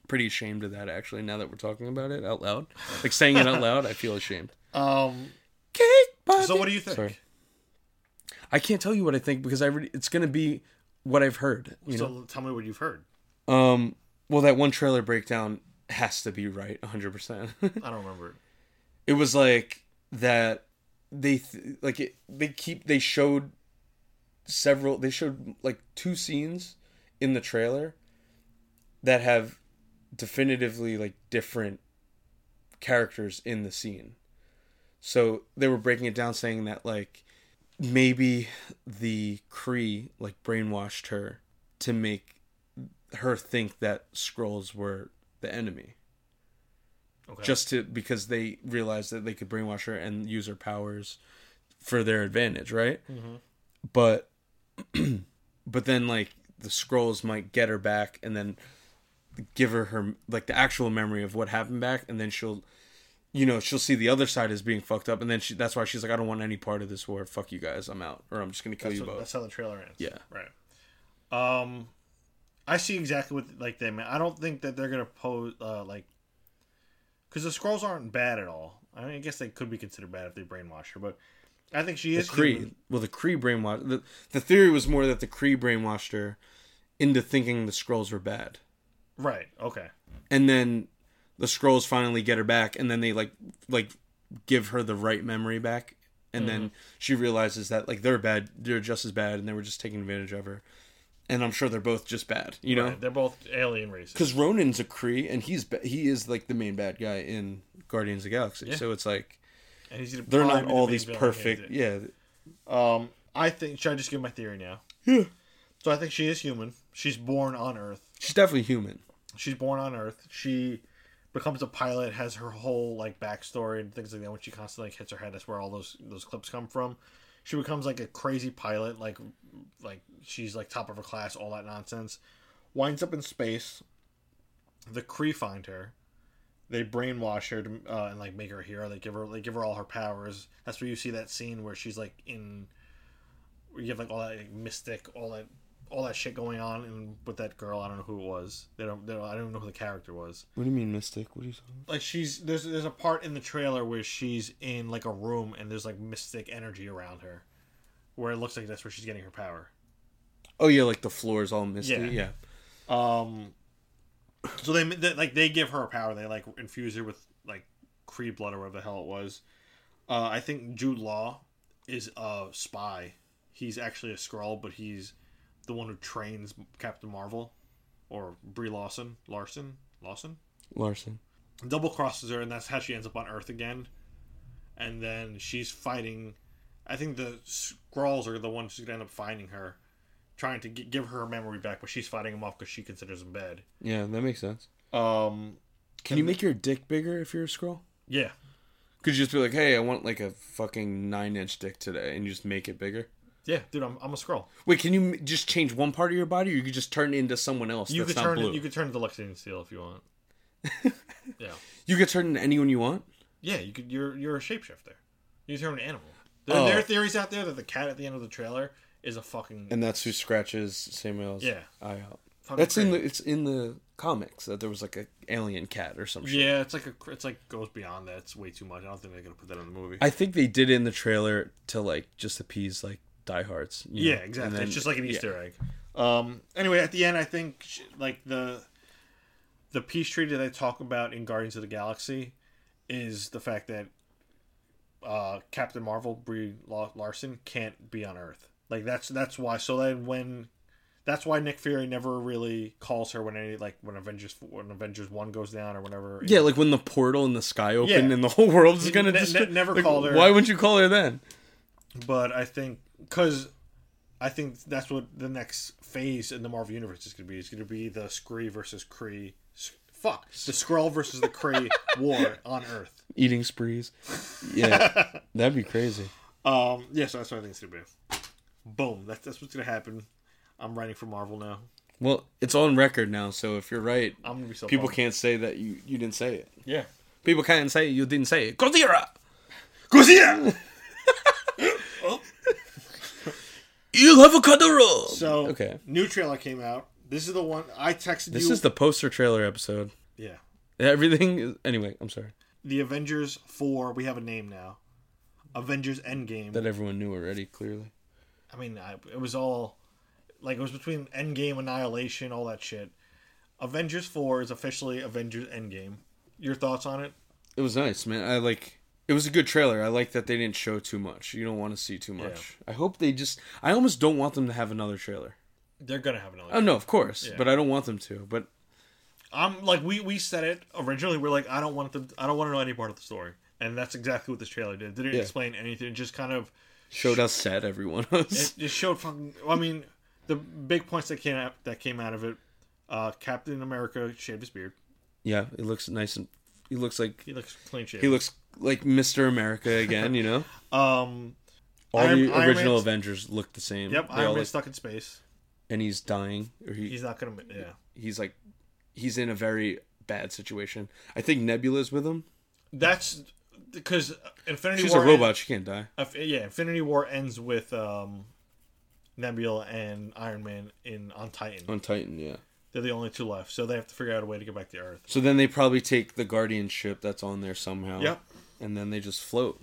Pretty ashamed of that actually now that we're talking about it out loud. Like saying it out loud, I feel ashamed. um Cake Bobby. so what do you think? Sorry. I can't tell you what I think because I re- it's going to be what I've heard, you know. so tell me what you've heard. Um well that one trailer breakdown has to be right 100%. I don't remember. it was like that they th- like it, they keep they showed several they showed like two scenes in the trailer that have definitively like different characters in the scene so they were breaking it down saying that like maybe the cree like brainwashed her to make her think that scrolls were the enemy Okay. just to because they realized that they could brainwash her and use her powers for their advantage, right? Mm-hmm. But but then like the scrolls might get her back and then give her her like the actual memory of what happened back, and then she'll you know she'll see the other side as being fucked up, and then she that's why she's like, I don't want any part of this war. Fuck you guys, I'm out, or I'm just gonna kill that's, you what, both. that's how the trailer ends. Yeah. Right. Um, I see exactly what like they meant. I don't think that they're gonna pose uh, like because the scrolls aren't bad at all. I mean, I guess they could be considered bad if they brainwash her, but I think she The is human. Cree, well, the Cree brainwashed. The, the theory was more that the Cree brainwashed her into thinking the scrolls were bad. Right. Okay. and then the scrolls finally get her back and then they like like give her the right memory back and then Mm-hmm. she realizes that like they're bad, they're just as bad, and they were just taking advantage of her. And I'm sure they're both just bad, you know. They're both alien races. because Ronan's a Kree, and he's ba- he is like the main bad guy in Guardians of the Galaxy. So it's like And he's gonna they're probably not be the all main these villain perfect. candidate. Yeah, Um, I think. Should I just give my theory now? Yeah. So I think she is human. She's born on Earth. she's definitely human. she's born on Earth. She becomes a pilot, has her whole like backstory and things like that. When she constantly like, hits her head, that's where all those those clips come from. She becomes like a crazy pilot, like like she's like top of her class, all that nonsense. Winds up in space. The Kree find her. They brainwash her to, uh, and like make her a hero. They give her they give her all her powers. That's where you see that scene where she's like in. Where you have like all that like, mystic, all that all that shit going on and with that girl. I don't know who it was. They don't. They don't I don't even know who the character was. What do you mean mystic? What are you talking? About? Like she's there's there's a part in the trailer where she's in like a room and there's like mystic energy around her, where it looks like that's where she's getting her power. Oh yeah, like the floor is all mystic. Yeah. Yeah. Um, so they, they like they give her a power. They like infuse her with like Cree blood or whatever the hell it was. Uh, I think Jude Law is a spy. He's actually a Skrull, but he's the one who trains Captain Marvel or Brie Lawson, Larson, Lawson. Larson. Double crosses her, and that's how she ends up on Earth again. And then she's fighting. I think the Skrulls are the ones who end up finding her, trying to gi- give her her memory back, but she's fighting them off because she considers them bad. Yeah, that makes sense. Um. Can you make your dick bigger if you're a scroll? Yeah. Could you just be like, hey, I want like a fucking nine inch dick today, and you just make it bigger? Yeah, dude, I'm, I'm a scroll. Wait, can you m- just change one part of your body, or you could just turn it into someone else? You that's could not turn blue? it. You could turn it to Lexington Steel if you want. yeah. You could turn into anyone you want. Yeah. You could. You're you're a shapeshifter. You turn an animal. There, there are Oh. theories out there that the cat at the end of the trailer is a fucking. and that's who scratches Samuel's Yeah. eye out. Fucking That's in the crazy. it's in the comics that there was like a alien cat or some shit. yeah, it's like a. cr- It's like goes beyond that. It's way too much. I don't think they're gonna put that in the movie. I think they did it in the trailer to like just appease like diehards. you yeah, know, exactly. and then- it's just like an yeah. Easter egg. Um. Anyway, at the end, I think sh- like the the peace treaty they talk about in Guardians of the Galaxy is the fact that uh, Captain Marvel, Brie La- Larson, can't be on Earth. Like that's that's why. So then when that's why Nick Fury never really calls her when any like when Avengers when Avengers one goes down or whenever. Yeah, like when the portal in the sky opened Yeah. and the whole world is You gonna ne- just ne- never like, called her. Why wouldn't you call her then? but I think because I think that's what the next phase in the Marvel universe is going to be. It's going to be the Skree versus Kree. S- Fuck the Skrull versus the Kree war on Earth. Eating sprees. Yeah, that'd be crazy. Um, yeah, so that's what I think it's going to be. Boom. That's that's what's going to happen. I'm writing for Marvel now. Well, it's on record now, so if you're right, I'm going to be so people pumped. can't say that you you didn't say it. Yeah. People can't say you didn't say it. Godzilla. Godzilla. You have a Kadoro. So okay. new trailer came out. This is the one I texted This you. is the poster trailer episode. yeah. Everything is anyway. I'm sorry The Avengers four. We have a name now. Avengers Endgame. that everyone knew already. Clearly, I mean, I, it was all like it was between Endgame, Annihilation, all that shit. Avengers Four is officially Avengers Endgame. Your thoughts on it? it was nice, man. I like. It was a good trailer. I like that they didn't show too much. You don't want to see too much. I hope they just. I almost don't want them to have another trailer. They're gonna have another. Oh no, of course, Yeah. but I don't want them to. But I'm like we we said it originally. We're like I don't want them. I don't want to know any part of the story, and that's exactly what this trailer did. They didn't Yeah. explain anything. It just kind of showed how sad everyone was. it just showed fucking. I mean, the big points that came out that came out of it. Uh, Captain America shaved his beard. yeah, it looks nice and he looks like He looks clean shaved. he looks like Mister America again. You know, Um. all Iron- the Iron original Man's- Avengers look the same. Yep. They all Iron Man look- stuck in space. and he's dying, or he, He's not gonna. Yeah. he's like he's in a very bad situation. I think Nebula's with him. That's because Infinity She's a War. robot. She can't die. uh, yeah, Infinity War ends with um, Nebula and Iron Man in on Titan. On Titan, yeah. They're the only two left, so they have to figure out a way to get back to Earth. So then they probably take the Guardian ship that's on there somehow. Yep. And then they just float.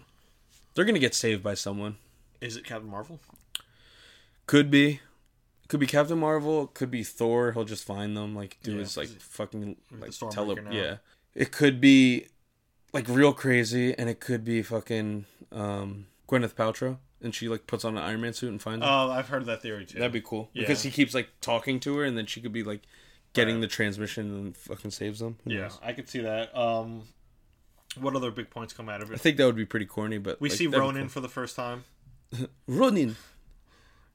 They're gonna get saved by someone. Is it Captain Marvel? Could be, could be Captain Marvel. Could be Thor. He'll just find them. Like do Yeah, his like fucking like Stormbreaker tele. now. Yeah. It could be like real crazy, and it could be fucking um Gwyneth Paltrow, and she like puts on an Iron Man suit and finds him. Oh, I've heard that theory too. That'd be cool because he Yeah. keeps like talking to her, and then she could be like getting the transmission and fucking saves them. Who yeah, knows? I could see that. Um, what other big points come out of I it? think that would be pretty corny, but We like, see that'd be Ronin for the first time. cool. Ronin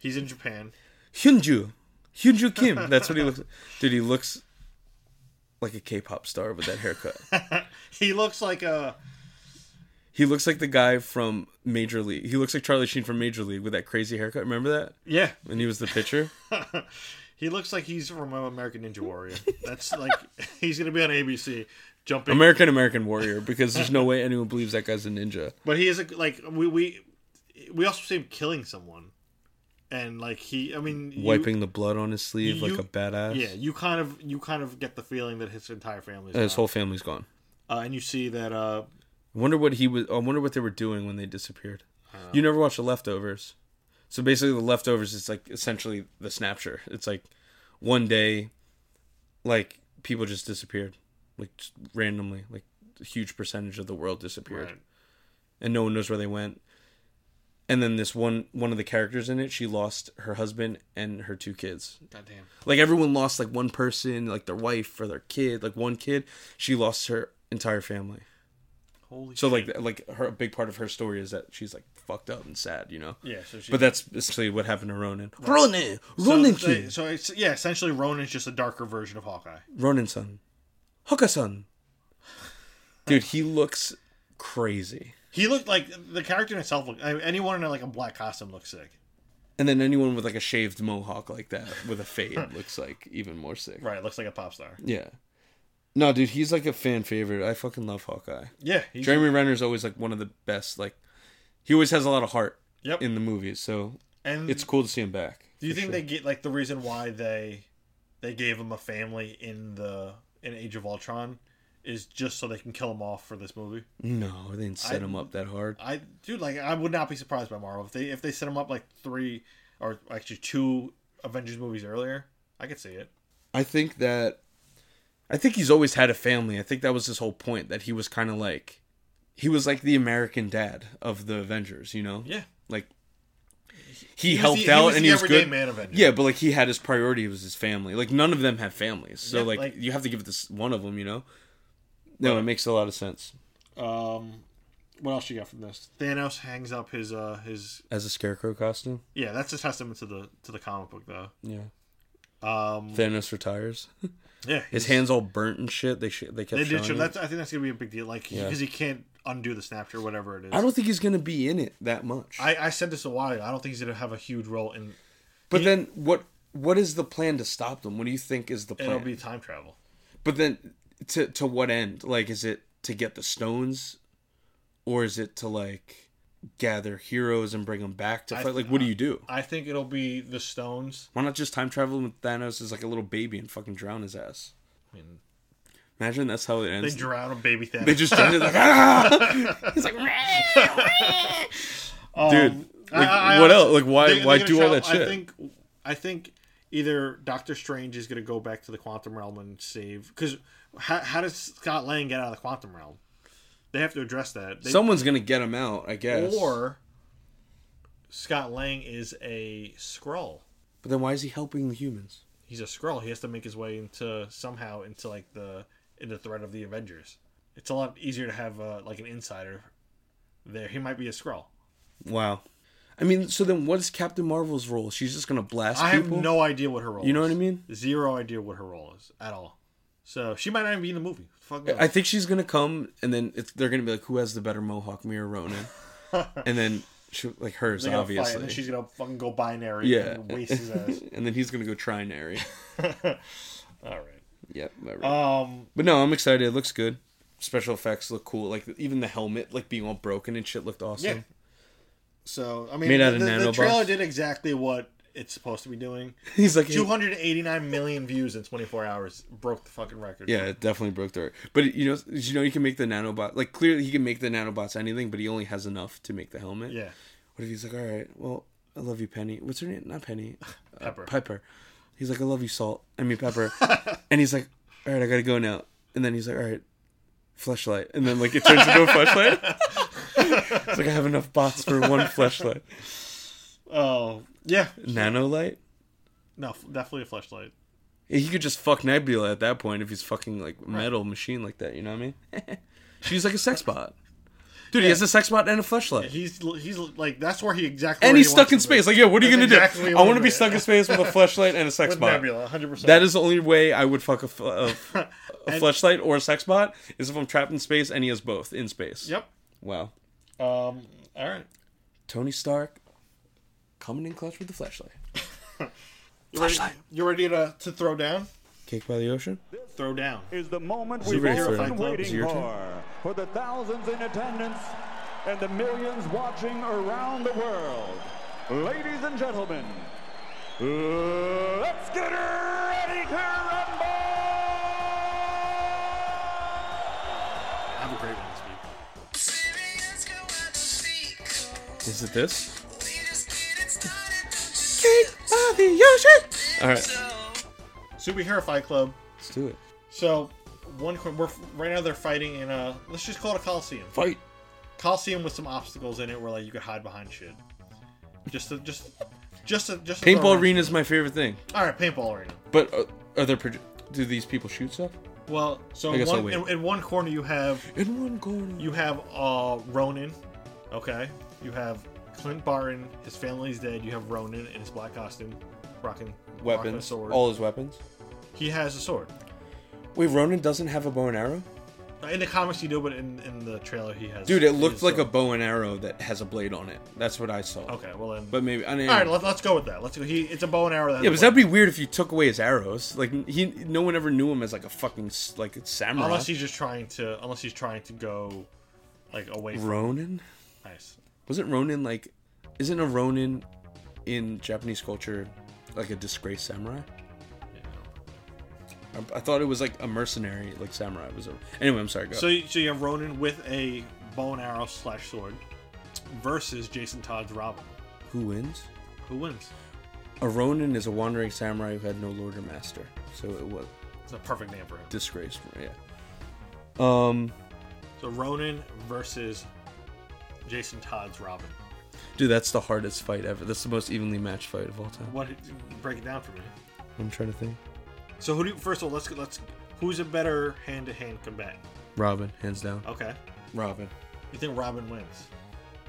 He's in Japan. Hyunju Hyunju Kim. That's what he looks. Dude, he looks like a K-pop star with that haircut. He looks like a he looks like the guy from Major League. He looks like Charlie Sheen from Major League with that crazy haircut. Remember that? yeah. When he was the pitcher. He looks like he's from American Ninja Warrior. That's like he's gonna be on ABC jumping. American American Warrior because there's no way anyone believes that guy's a ninja. But he is a, like we we we also see him killing someone, and like he, I mean, you- Wiping the blood on his sleeve like you- a badass. Yeah, you kind of you kind of get the feeling that his entire family And his is whole family's gone. uh, and you see that uh I wonder what he was I wonder what they were doing when they disappeared. You never watched the leftovers. So basically the leftovers is like essentially the snapshot. It's like one day like people just disappeared. Like just randomly. Like a huge percentage of the world disappeared. Right. And no one knows where they went. And then this one one of the characters in it, she lost her husband and her two kids. goddamn Like everyone lost like one person, like their wife or their kid, like one kid. She lost her entire family. holy So shit. like like her a big part of her story is that she's like fucked up and sad, you know. yeah so she But that's essentially what happened to Ronan. Ronan, Ronan, so, kid. so it's yeah essentially Ronan's just a darker version of Hawkeye Ronan son, Hoka son. Dude, he looks crazy. he looked like the character in itself looked, I anyone in like a black costume looks sick And then anyone with like a shaved mohawk like that with a fade looks like even more sick. right looks like a pop star Yeah. No, dude, he's like a fan favorite. I fucking love Hawkeye. yeah he's, Jeremy Renner's always like one of the best. Like, he always has a lot of heart yep in the movies, so and it's cool to see him back. do you for think sure. they get like the reason why they they gave him a family in the in Age of Ultron is just so they can kill him off for this movie No, they didn't set him up that hard. I dude, like I would not be surprised by Marvel if they if they set them up like three or actually two Avengers movies earlier. I could see it. I think that I think he's always had a family. I think that was his whole point that he was kind of like he was like the American dad of the Avengers, you know? Yeah, Like he, was helped the- he out was and the he was everyday good. man Avenger. Yeah, but like he had his priority was his family. Like none of them have families. So Yeah, like, like- you have to give it this one of them, you know? No, it makes a lot of sense. Um, what else you got from this? Thanos hangs up his uh his As a scarecrow costume? yeah. That's a testament to the to the comic book though. Yeah. Um, Thanos retires. yeah, His he's- hands all burnt and shit. They sh- they kept They did showing show it. that's. I think that's gonna be a big deal. Like Yeah. because he can't undo the snapshot, whatever it is. I don't think he's going to be in it that much. I, I said this a while ago. I don't think he's gonna have a huge role in. But then what what is the plan to stop them? What do you think is the It'll plan? be time travel. But then to to what end? Like is it to get the stones or is it to like gather heroes and bring them back to I- fight? like what do you do? I think it'll be the stones. Why not just time travel with Thanos as like a little baby and fucking drown his ass? I mean, Imagine that's how it they ends. They, drown a baby Thanos. just drown it like ah! He's like dude. Like, Um, I- I what honestly- else? Like why they- they're why gonna do all travel- that shit? I think I think either Doctor Strange is going to go back to the quantum realm and save because how, how does Scott Lang get out of the quantum realm? They have to address that. They, Someone's gonna get him out, I guess. or Scott Lang is a Skrull. but then why is he helping the humans? He's a Skrull. He has to make his way into somehow into like the in the threat of the Avengers. It's a lot easier to have uh, like an insider there. He might be a Skrull. Wow. I mean, so then what is Captain Marvel's role? She's just gonna blast I have people? no idea what her role. You know is. what I mean? Zero idea what her role is at all. So she might not even be in the movie. Fuck knows. I think she's gonna come, and then it's, they're gonna be like, "Who has the better mohawk, me or Ronan?" and then she, like hers, They're gonna obviously. fight, and then she's gonna fucking go binary. yeah, and waste his ass. and then he's gonna go trinary. all yep. about right. right. Um, but no, I'm excited. It looks good. Special effects look cool. Like even the helmet, like being all broken and shit, looked awesome. Yeah. so I mean, Made out the, of the, the nanobots. trailer did exactly what it's supposed to be doing. He's like, Two hundred eighty-nine million views in twenty-four hours broke the fucking record. Yeah, it definitely broke the record. But you know, you know, he can make the nanobot. Like clearly, he can make the nanobots anything, but he only has enough to make the helmet. yeah. What if he's like, all right, well, I love you, Penny. What's her name? Not Penny. Uh, Pepper. Piper. He's like, I love you, Salt. I mean, Pepper. and he's like, all right, I gotta go now. And then he's like, all right, flashlight. And then like it turns into a flashlight. It's like I have enough bots for one flashlight. Oh yeah, Nano light. no, f- definitely a flashlight. He could just fuck Nebula at that point if he's fucking like metal machine like that. You know what I mean? She's like a sex bot. Dude, he has a sex bot and a flashlight. He's he's like that's where he exactly. and where he's he stuck wants in to be. space. Like, yeah, what are you That's gonna do? exactly I what want to it be is. stuck in space with a flashlight and a sex with bot. Nebula, hundred percent. That is the only way I would fuck a, f- a f- a And- flashlight or a sex bot is if I'm trapped in space and he has both in space. Yep. Wow. Um. All right. Tony Stark coming in clutch with the flashlight. You ready? You ready to to throw down? Cake by the ocean. Throw down. is the moment it we've ready all for- been is it waiting your turn? for. For the thousands in attendance and the millions watching around the world. Ladies and gentlemen, let's get ready to rumble! Have a great one this week. Is it this? Cake By the ocean. All right, Superhero Fight Club. let's do it. So one qu- we're right now they're fighting in a let's just call it a coliseum. Fight. Coliseum with some obstacles in it where like you could hide behind shit. Just to, just just to, just to throw Paintball around. arena is my favorite thing. All right, paintball arena. But uh, are there proje- do these people shoot stuff? Well, so I guess I'll one, wait. in, in one corner you have In one corner. you have uh Ronan, okay. You have Clint Barton. His family's dead. You have Ronan in his black costume, rocking rocking a weapons. sword. All his weapons. he has a sword. Wait, Ronan doesn't have a bow and arrow? Uh, In the comics, you do, but in, in the trailer, he has. Dude, it he looked has like a sword. bow and arrow that has a blade on it. That's what I saw. Okay, well then. But maybe I mean, all right, let, let's go with that. Let's go. He it's a bow and arrow. That has Yeah, a but blade. that'd be weird if you took away his arrows. Like he, no one ever knew him as like a fucking s- like a samurai. Unless he's just trying to, unless he's trying to go, like away from Ronin. nice. Wasn't Ronin like? Isn't a Ronin in Japanese culture like a disgraced samurai? I, I thought it was like a mercenary, like samurai was. A, anyway, I'm sorry. Go. So, you- so you have Ronan with a bow and arrow slash sword versus Jason Todd's Robin. Who wins? Who wins? A Ronin is a wandering samurai who had no lord or master. So it was It's a perfect name for him. disgraced. Yeah. Um, So Ronan versus Jason Todd's Robin. dude, that's the hardest fight ever. That's the most evenly matched fight of all time. What? Break it down for me. I'm trying to think. So who do? you- First of all, let's let's. Who's a better hand to hand combat? Robin, hands down. Okay, Robin. you think Robin wins?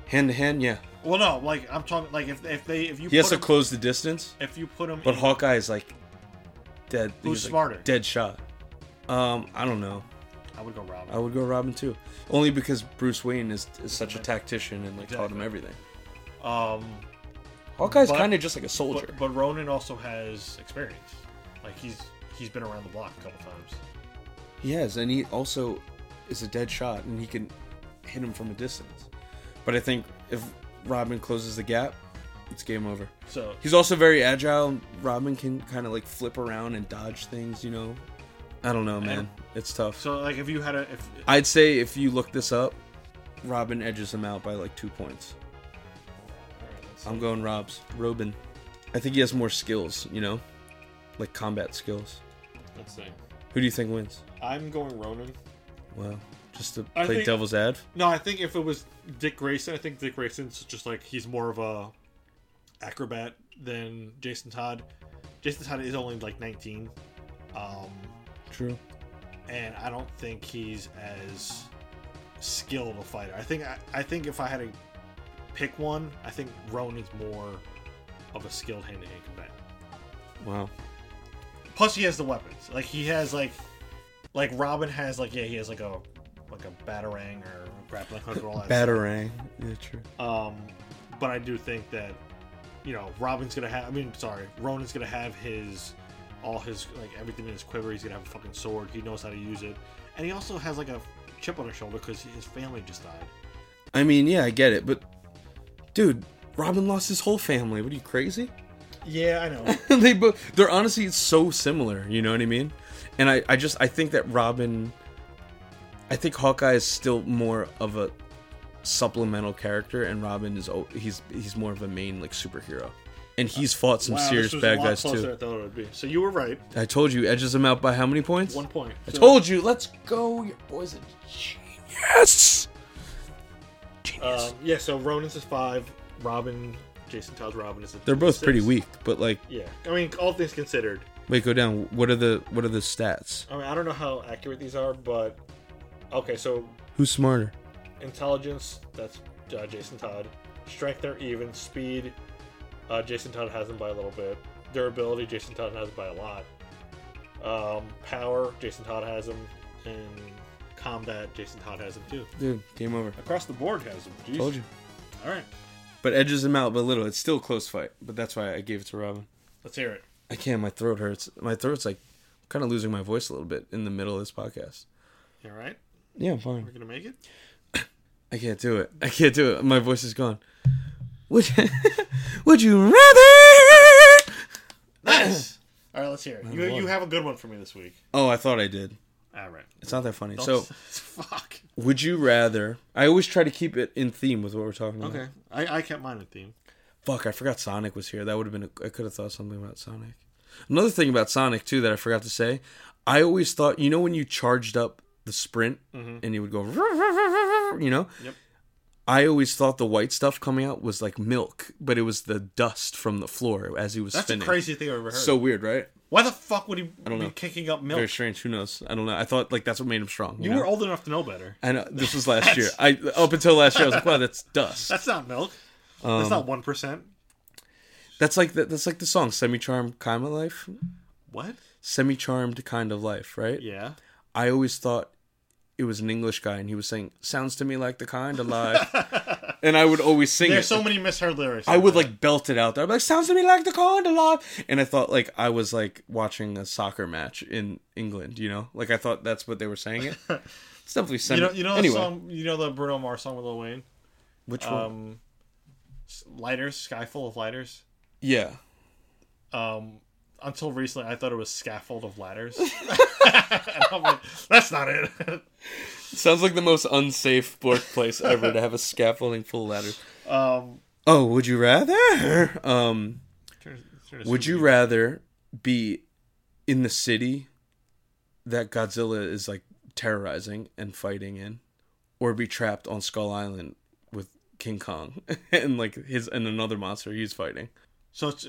Hand to hand, yeah. Well, no. Like I'm talking. Like if, if they if you He has put to him- close the distance, if you put him but in- Hawkeye is like dead. he Who's was, like, smarter? Dead shot. Um, I don't know. I would go Robin. I would go Robin too, only because Bruce Wayne is, is such a tactician and like taught him Exactly. everything. Um, Hawkeye's But- kind of just like a soldier. But, but Ronan also has experience. Like he's he's been around the block a couple times. he has, and he also is a dead shot, and he can hit him from a distance. But I think if Robin closes the gap, it's game over. So He's also very agile. Robin can kind of like flip around and dodge things, you know. I don't know, man. It's tough. so like if you had a if I'd say if you look this up, Robin edges him out by like two points. I'm going Rob's. Robin. I think he has more skills, you know? Like combat skills. let's see, Who do you think wins? I'm going Ronan. Wow. Just to I play think- devil's ad? No, I think if it was Dick Grayson, I think Dick Grayson's just like he's more of a acrobat than Jason Todd. Jason Todd is only like 19, um, True. and I don't think he's as skilled a fighter. I think I, I think if I had to pick one, I think Ronan's more of a skilled hand-to-hand combat. Wow. plus he has the weapons like he has like like robin has like yeah he has like a like a batarang or grappling hook or all that Batarang. Yeah, true. stuff. um but i do think that you know robin's gonna have i mean sorry ronan's gonna have his all his like everything in his quiver he's gonna have a fucking sword he knows how to use it and he also has like a chip on his shoulder because his family just died I mean, yeah, I get it, but dude, Robin lost his whole family. What are you crazy? yeah i know they both they're honestly so similar you know what i mean and i i just i think that robin i think hawkeye is still more of a supplemental character and robin is al- he's he's more of a main like superhero and he's fought some serious bad guys too thought it would be so you were right i told you edges him out by how many points one point i told you let's go your boy's a genius Um, yeah, so Ronan's is five. Robin, Jason Todd's Robin is. They're both six. pretty weak, but like, Yeah, I mean, all things considered, wait, go down. What are the what are the stats? I mean, I don't know how accurate these are, but okay, so Who's smarter? intelligence that's uh, Jason Todd. Strength they're even. Speed, uh, Jason Todd has them by a little bit. Durability, Jason Todd has by a lot. Um, power, Jason Todd has them, and combat, Jason Todd has them too. Dude, game over. Across the board has them. Jeez. Told you. All right, But edges him out by little. It's still a close fight, but that's why I gave it to Robin. let's hear it. I can't. My throat hurts. My throat's like kind of losing my voice a little bit in the middle of this podcast. You All right, Yeah, I'm fine. we're gonna make it. I can't do it. I can't do it. My voice is gone. Would Would you rather? Nice. All right, let's hear it. You, boy. you have a good one for me this week. Oh, I thought I did. All right. It's not that funny. Don't- So, fuck. would you rather? I always try to keep it in theme with what we're talking about. Okay, I, I kept mine in theme. Fuck, I forgot Sonic was here. That would have been. A, I could have thought something about Sonic. Another thing about Sonic too that I forgot to say. I always thought, you know, when you charged up the sprint and you would go, you know. Mm-hmm. Yep. I always thought the white stuff coming out was like milk, but it was the dust from the floor as he was That's spinning. the craziest thing I've ever heard. So weird, right? why the fuck would he be don't know. kicking up milk? Very strange. Who knows? I don't know. I thought like that's what made him strong. You know? were old enough to know better. I know this was last year. I up until last year, I was like, wow, that's dust. That's not milk. that's Um, not one percent. That's like the, that's like the song "Semi Charmed Kind of Life." What? Semi Charmed Kind of Life, right? Yeah. I always thought it was an English guy, and he was saying, "Sounds to me like the kind of life," and I would always sing it. There's so many misheard lyrics. I would like belt it out there. I'd be like, sounds to me like the kind of life. And I thought like I was like watching a soccer match in England, you know? Like I thought that's what they were saying it. It's definitely semi you know you know anyway, the song you know the Bruno Mars song with Lil Wayne. Which one? Um, s- lighters, sky full of lighters. Yeah. Um, until recently, I thought it was scaffold of ladders. And I'm like, that's not it. Sounds like the most unsafe workplace ever to have a scaffolding full of ladders. um, Oh, would you rather? Um, turn- turn to would you rather be in the city that Godzilla is like terrorizing and fighting in, or be trapped on Skull Island with King Kong and like his and another monster he's fighting? So it's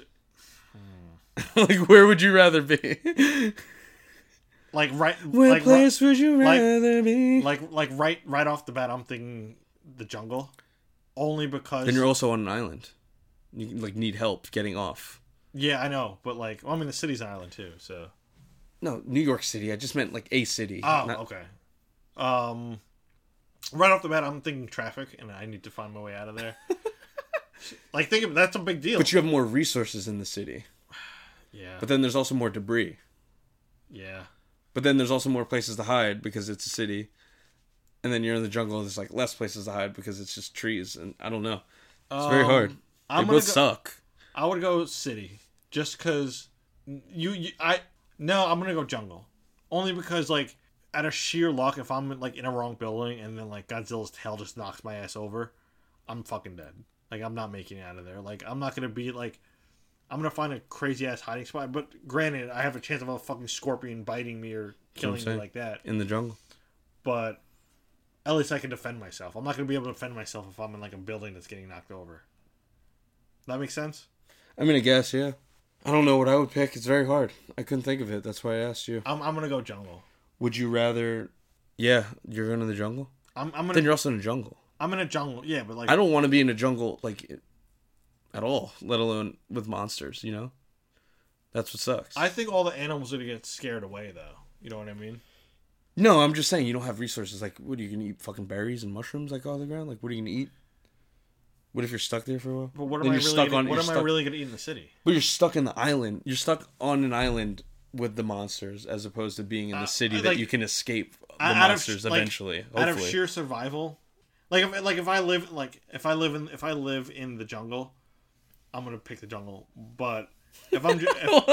like, where would you rather be? like right What like, ri- place would you like- rather be? like like right right off the bat, I'm thinking the jungle, only because then you're also on an island. You like need help getting off. yeah I know, but like well, I mean the city's an island too, so No, New York City. I just meant like a city. Oh, not- okay. Um, right off the bat, I'm thinking traffic, and I need to find my way out of there. like, think of that's a big deal. But you have more resources in the city. yeah, But then there's also more debris. yeah. But then there's also more places to hide because it's a city. And then you're in the jungle. There's like less places to hide because it's just trees. And I don't know. It's very Um, hard. They I'm both gonna go- suck. I would go city, just because you, you. I no, I'm gonna go jungle, only because like out of sheer luck, if I'm like in a wrong building and then like Godzilla's tail just knocks my ass over, I'm fucking dead. Like I'm not making it out of there. Like I'm not gonna be like. I'm gonna find a crazy ass hiding spot, but granted, I have a chance of a fucking scorpion biting me or killing me saying. like that. In the jungle. But at least I can defend myself. I'm not gonna be able to defend myself if I'm in like a building that's getting knocked over. That makes sense. I mean, I guess, yeah. I don't know what I would pick. It's very hard. I couldn't think of it. That's why I asked you. I'm, I'm gonna go jungle. Would you rather. Yeah, you're going to the jungle? I'm, I'm Then gonna you're also in a jungle. I'm in a jungle. Yeah, but like I don't want to be in a jungle like at all, let alone with monsters, you know? That's what sucks. I think all the animals are gonna get scared away though. You know what I mean? No, I'm just saying you don't have resources. Like, what are you gonna eat? Fucking berries and mushrooms like all the ground. Like, what are you gonna eat? What if you're stuck there for a while? But what am Then I you're really? stuck Gonna, on- what you're am I stuck- really gonna eat in the city? But you're stuck in the island. You're stuck on an island with the monsters, as opposed to being in the city that Uh, like- you can escape the I- out of- monsters like, eventually. Out of hopefully, sheer survival, like if like if I live like if I live in if I live in the jungle, I'm gonna pick the jungle. But if I'm ju- if,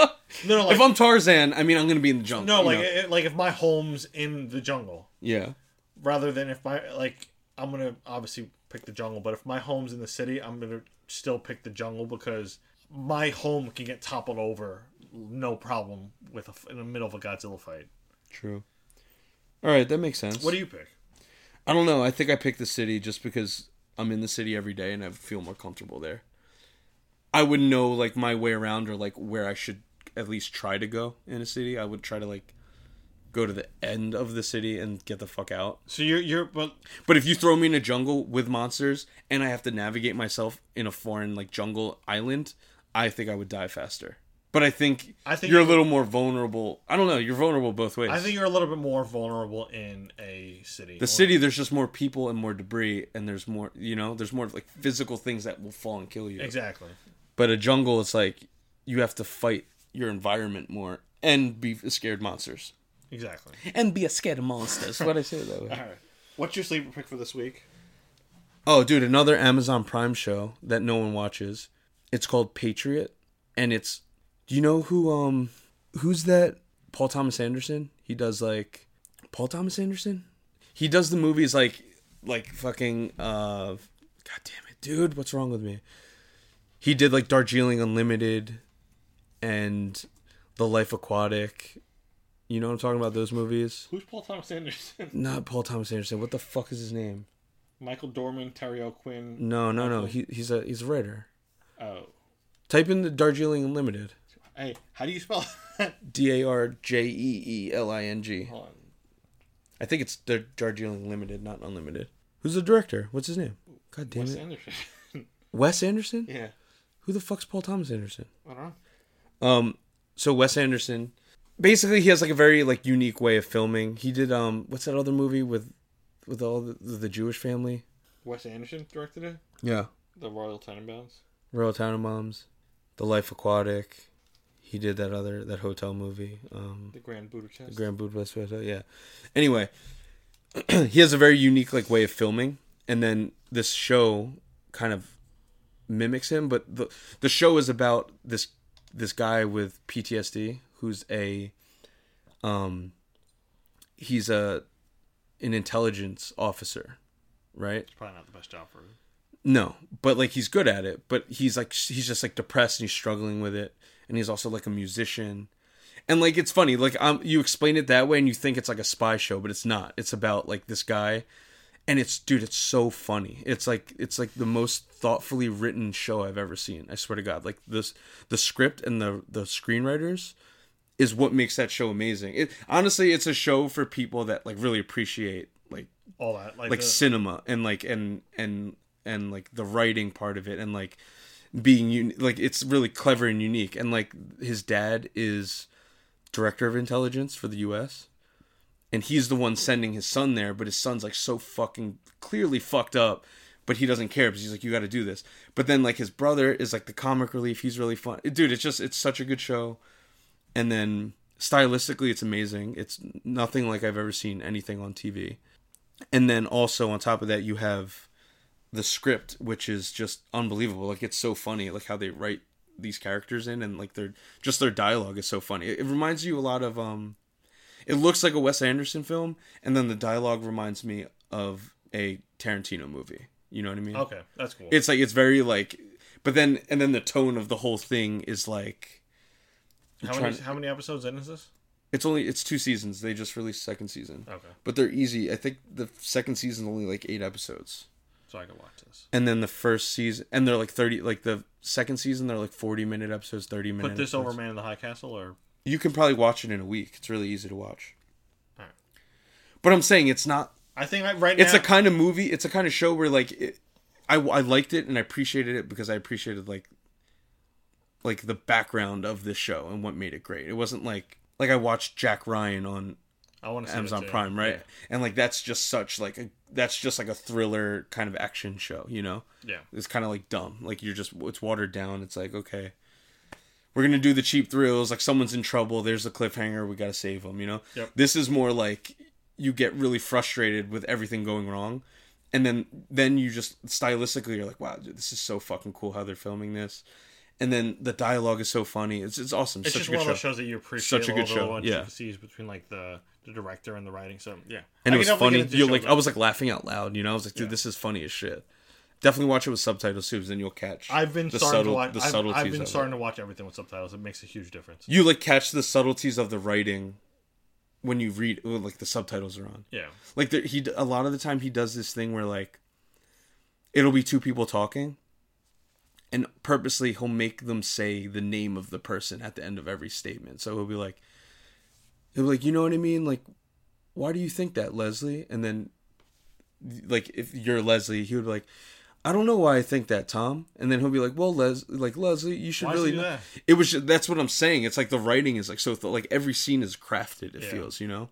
no no like if I'm Tarzan, I mean I'm gonna be in the jungle. no you like know? i- like if my home's in the jungle yeah, rather than if my like I'm gonna obviously pick the jungle, but if my home's in the city, I'm gonna still pick the jungle because my home can get toppled over no problem with a, in the middle of a Godzilla fight. true. All right, that makes sense. What do you pick? I don't know. I think I picked the city just because I'm in the city every day and I feel more comfortable there. I would know like my way around or like where I should at least try to go in a city. I would try to like go to the end of the city and get the fuck out. So you're you're but But if you throw me in a jungle with monsters and I have to navigate myself in a foreign like jungle island, I think I would die faster. But I think, I think you're a you- little more vulnerable. I don't know. You're vulnerable both ways. I think you're a little bit more vulnerable in a city. the city, there's just more people and more debris, and there's more, you know, there's more like physical things that will fall and kill you. Exactly. But a jungle, it's like you have to fight your environment more and be scared monsters. Exactly. And be a scared monster. That's what I say that way. What's your sleeper pick for this week? Oh, dude, another Amazon Prime show that no one watches. It's called Patriot, and it's do you know who um who's that? Paul Thomas Anderson. He does like Paul Thomas Anderson. He does the movies like like fucking uh god damn it, dude, what's wrong with me? He did like Darjeeling Unlimited and The Life Aquatic. You know what I'm talking about those movies? Who's Paul Thomas Anderson? Not Paul Thomas Anderson. What the fuck is his name? Michael Dorman, Terry O'Quinn. No, no, no. He he's a he's a writer. Oh, Type in the Darjeeling Unlimited. hey, how do you spell? that? D A R J E E L I N G. Hold on. I think it's the Darjeeling Limited, not Unlimited. Who's the director? What's his name? God damn Wes it. Anderson. Wes Anderson? yeah. Who the fuck's Paul Thomas Anderson? I don't know. Um, so Wes Anderson, basically, he has like a very like unique way of filming. He did um, what's that other movie with, with all the, the Jewish family? Wes Anderson directed it. Yeah. The Royal Tenenbaums. Royal Tenenbaums, The Life Aquatic. He did that other that hotel movie. Um, The Grand Budapest. The Grand Budapest Hotel, yeah. Anyway, he has a very unique like way of filming, and then this show kind of mimics him. But the the show is about this this guy with PTSD who's a um he's a an intelligence officer, right? Probably not the best job for him. No, but like he's good at it. But he's like he's just like depressed and he's struggling with it. And he's also like a musician, and like it's funny. Like um, you explain it that way, and you think it's like a spy show, but it's not. It's about like this guy, and it's dude, it's so funny. It's like it's like the most thoughtfully written show I've ever seen. I swear to God, like this the script and the the screenwriters is what makes that show amazing. It honestly, it's a show for people that like really appreciate like All that, like, like the- cinema and like and and and like the writing part of it and like being un- like it's really clever and unique and like his dad is director of intelligence for the US and he's the one sending his son there but his son's like so fucking clearly fucked up but he doesn't care because he's like you got to do this but then like his brother is like the comic relief he's really fun dude it's just it's such a good show and then stylistically it's amazing it's nothing like i've ever seen anything on tv and then also on top of that you have the script which is just unbelievable like it's so funny like how they write these characters in and like their just their dialogue is so funny it, it reminds you a lot of um it looks like a wes anderson film and then the dialogue reminds me of a tarantino movie you know what i mean Okay, that's cool. it's like it's very like but then and then the tone of the whole thing is like how trying many to- how many episodes in is this? it's only it's two seasons. They just released second season. Okay. But they're easy. I think the second season's only like 8 episodes. So I can watch this. And then the first season and they're like 30 like the second season they're like 40 minute episodes, 30 minute. Put this over episodes. Man in the High Castle, or You can probably watch it in a week. It's really easy to watch. Alright. But I'm saying it's not I think I, right now it's a kind of movie, it's a kind of show where like it, I I liked it and I appreciated it because I appreciated like like the background of this show and what made it great. It wasn't like like I watched Jack Ryan on I want to see Amazon it too. Prime, right? Yeah. And like that's just such like a, that's just like a thriller kind of action show, you know? Yeah. It's kind of like dumb. Like you're just it's watered down. It's like okay, we're gonna do the cheap thrills. Like someone's in trouble. There's the cliffhanger. We gotta save them. You know. Yep. This is more like you get really frustrated with everything going wrong, and then then you just stylistically you're like, wow, dude, this is so fucking cool how they're filming this, and then the dialogue is so funny. It's it's awesome. It's Such just a good one of show. those shows that you appreciate. Such a good all the show, ones yeah. You can see between like the, the director and the writing. So yeah, and I it was can definitely funny. get into You shows like, like- I was like laughing out loud. You know, I was like, dude, this is funny as shit. Definitely watch it with subtitles too, 'cause then you'll catch. I've been oh, the starting subtle- to watch. the I've, subtleties. I've of been it. starting to watch everything with subtitles. It makes a huge difference. You like catch the subtleties of the writing when you read, when, like the subtitles are on. Yeah, Like there, he, d- a lot of the time he does this thing where like it'll be two people talking and purposely he'll make them say the name of the person at the end of every statement so he'll be like he'll be like you know what i mean like why do you think that leslie and then like if you're leslie he would be like i don't know why i think that tom and then he'll be like well les like leslie you should Why'd really you do know. that? it was just, that's what i'm saying it's like the writing is like so th- like every scene is crafted it Yeah. feels you know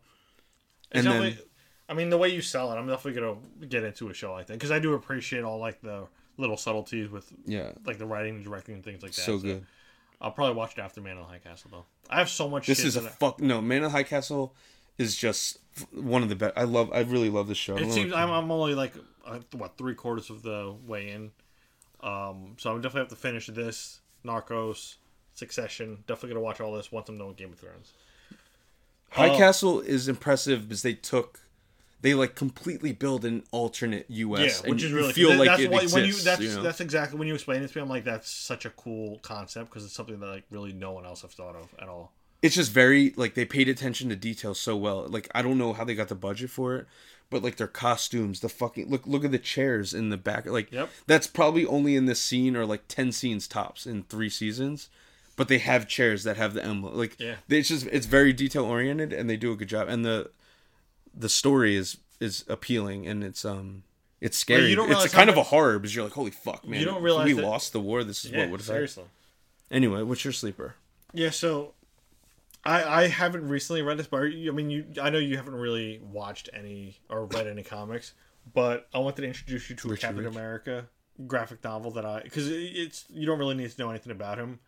and It's then definitely- I mean, the way you sell it, I'm definitely gonna get into a show like that because I do appreciate all like the little subtleties with yeah like the writing, and directing, and things like that. so good I'll probably watch it after Man in the High Castle though. I have so much. This shit is a that I- fuck no. Man of High Castle is just f- one of the best. I love. I really love this show. I don't It know seems what- I'm, I'm only like uh, what three quarters of the way in, um, so I'm definitely have to finish this Narcos, Succession. Definitely gonna watch all this once I'm done with Game of Thrones. oh. High Castle is impressive because they took, they like completely build an alternate U.S. yeah, which and is you really feel th- like that's it why, exists. when you that's you know? that's exactly when you explain this to me. I'm like, that's such a cool concept because it's something that like really no one else have thought of at all. it's just very like they paid attention to detail so well. Like I don't know how they got the budget for it, but like their costumes, the fucking look look at the chairs in the back. Like Yep. that's probably only in this scene or like ten scenes tops in three seasons. But they have chairs that have the emblem. Like Yeah. they- it's just it's very detail oriented and they do a good job. And the the story is is appealing and it's um it's scary. you don't realize it's how kind of a much- horror because you're like, holy fuck, man! don't realize we that- lost the war. This is Yeah, what would have seriously. anyway. What's your sleeper? Yeah, so I I haven't recently read this, but I mean you I know you haven't really watched any or read any comics, but I wanted to introduce you to a Captain America graphic novel that I because it's you don't really need to know anything about him.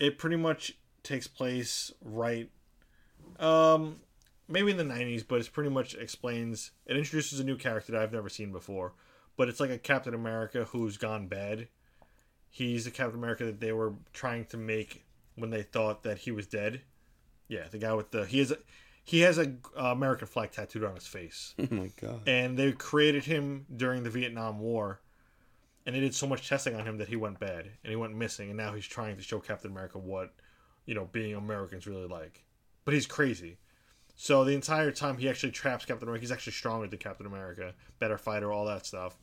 It pretty much takes place right, um, maybe in the '90s, but it's pretty much explains it introduces a new character that I've never seen before, but it's like a Captain America who's gone bad he's the Captain America that they were trying to make when they thought that he was dead. Yeah, the guy with the he has a, he has a uh, American flag tattooed on his face, Oh my god! and they created him during the Vietnam War, and they did so much testing on him that he went bad and he went missing, and now he's trying to show Captain America what you know being Americans really like, but he's crazy. So the entire time he actually traps Captain America. He's actually stronger than Captain America, better fighter, all that stuff,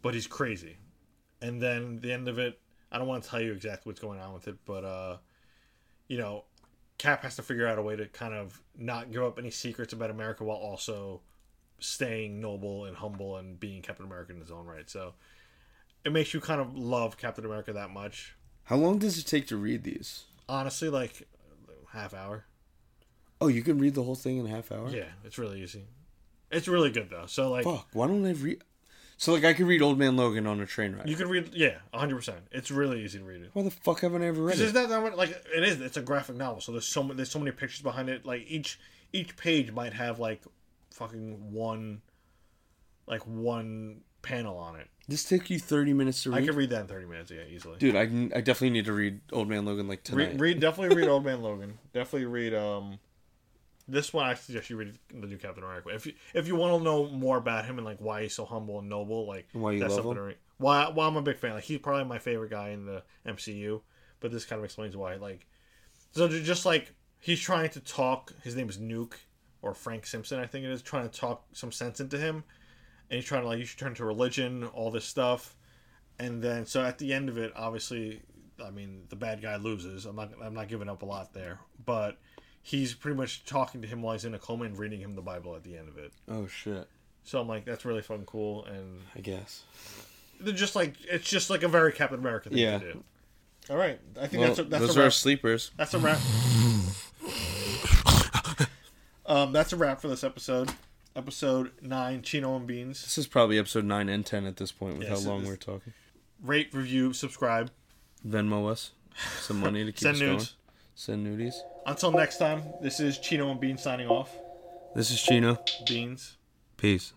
but he's crazy and then the end of it i don't want to tell you exactly what's going on with it but uh you know cap has to figure out a way to kind of not give up any secrets about america while also staying noble and humble and being captain america in his own right so it makes you kind of love captain america that much How long does it take to read these? honestly like half hour Oh, you can read the whole thing in a half hour. yeah it's really easy it's really good though so like Fuck. Why don't I read? So like I could read Old Man Logan on a train ride. you can read yeah 100% it's really easy to read it Why the fuck haven't I ever read Because it? there's not that much, like it is. It's a graphic novel, so there's so many, there's so many pictures behind it. Like each each page might have like fucking one, like one panel on it. This took you thirty minutes to I read. could read that in 30 minutes, yeah, easily. Dude, I, can- I definitely need to read Old Man Logan like tonight. read, read definitely read Old Man Logan. Definitely read um, this one. I suggest you read the new Captain America. If you if you want to know more about him and like why he's so humble and noble, like And why you love something him? to read. Why why I'm a big fan. Like he's probably my favorite guy in the MCU. But this kind of explains why. Like So ju- just like he's trying to talk, his name is Nuke or Frank Simpson, I think it is, trying to talk some sense into him, and he's trying to like you should turn to religion, all this stuff, and then so at the end of it, obviously, I mean the bad guy loses. I'm not I'm not giving up a lot there, but he's pretty much talking to him while he's in a coma and reading him the Bible at the end of it. oh shit. So I'm like, that's really fun, cool, and I guess. they're just like it's just like a very Captain America thing Yeah. to do. All right, I think Well, that's a, that's those a are wrap. our sleepers. That's a wrap. um, that's a wrap for this episode. Episode nine, Chino and Beans. This is probably episode nine and ten at this point with Yeah, how so long this- we're talking. Rate, review, subscribe, Venmo us some money to keep send us nudes. going. Send nudies. Until next time, this is Chino and Beans signing off. This is Chino. Beans. Peace.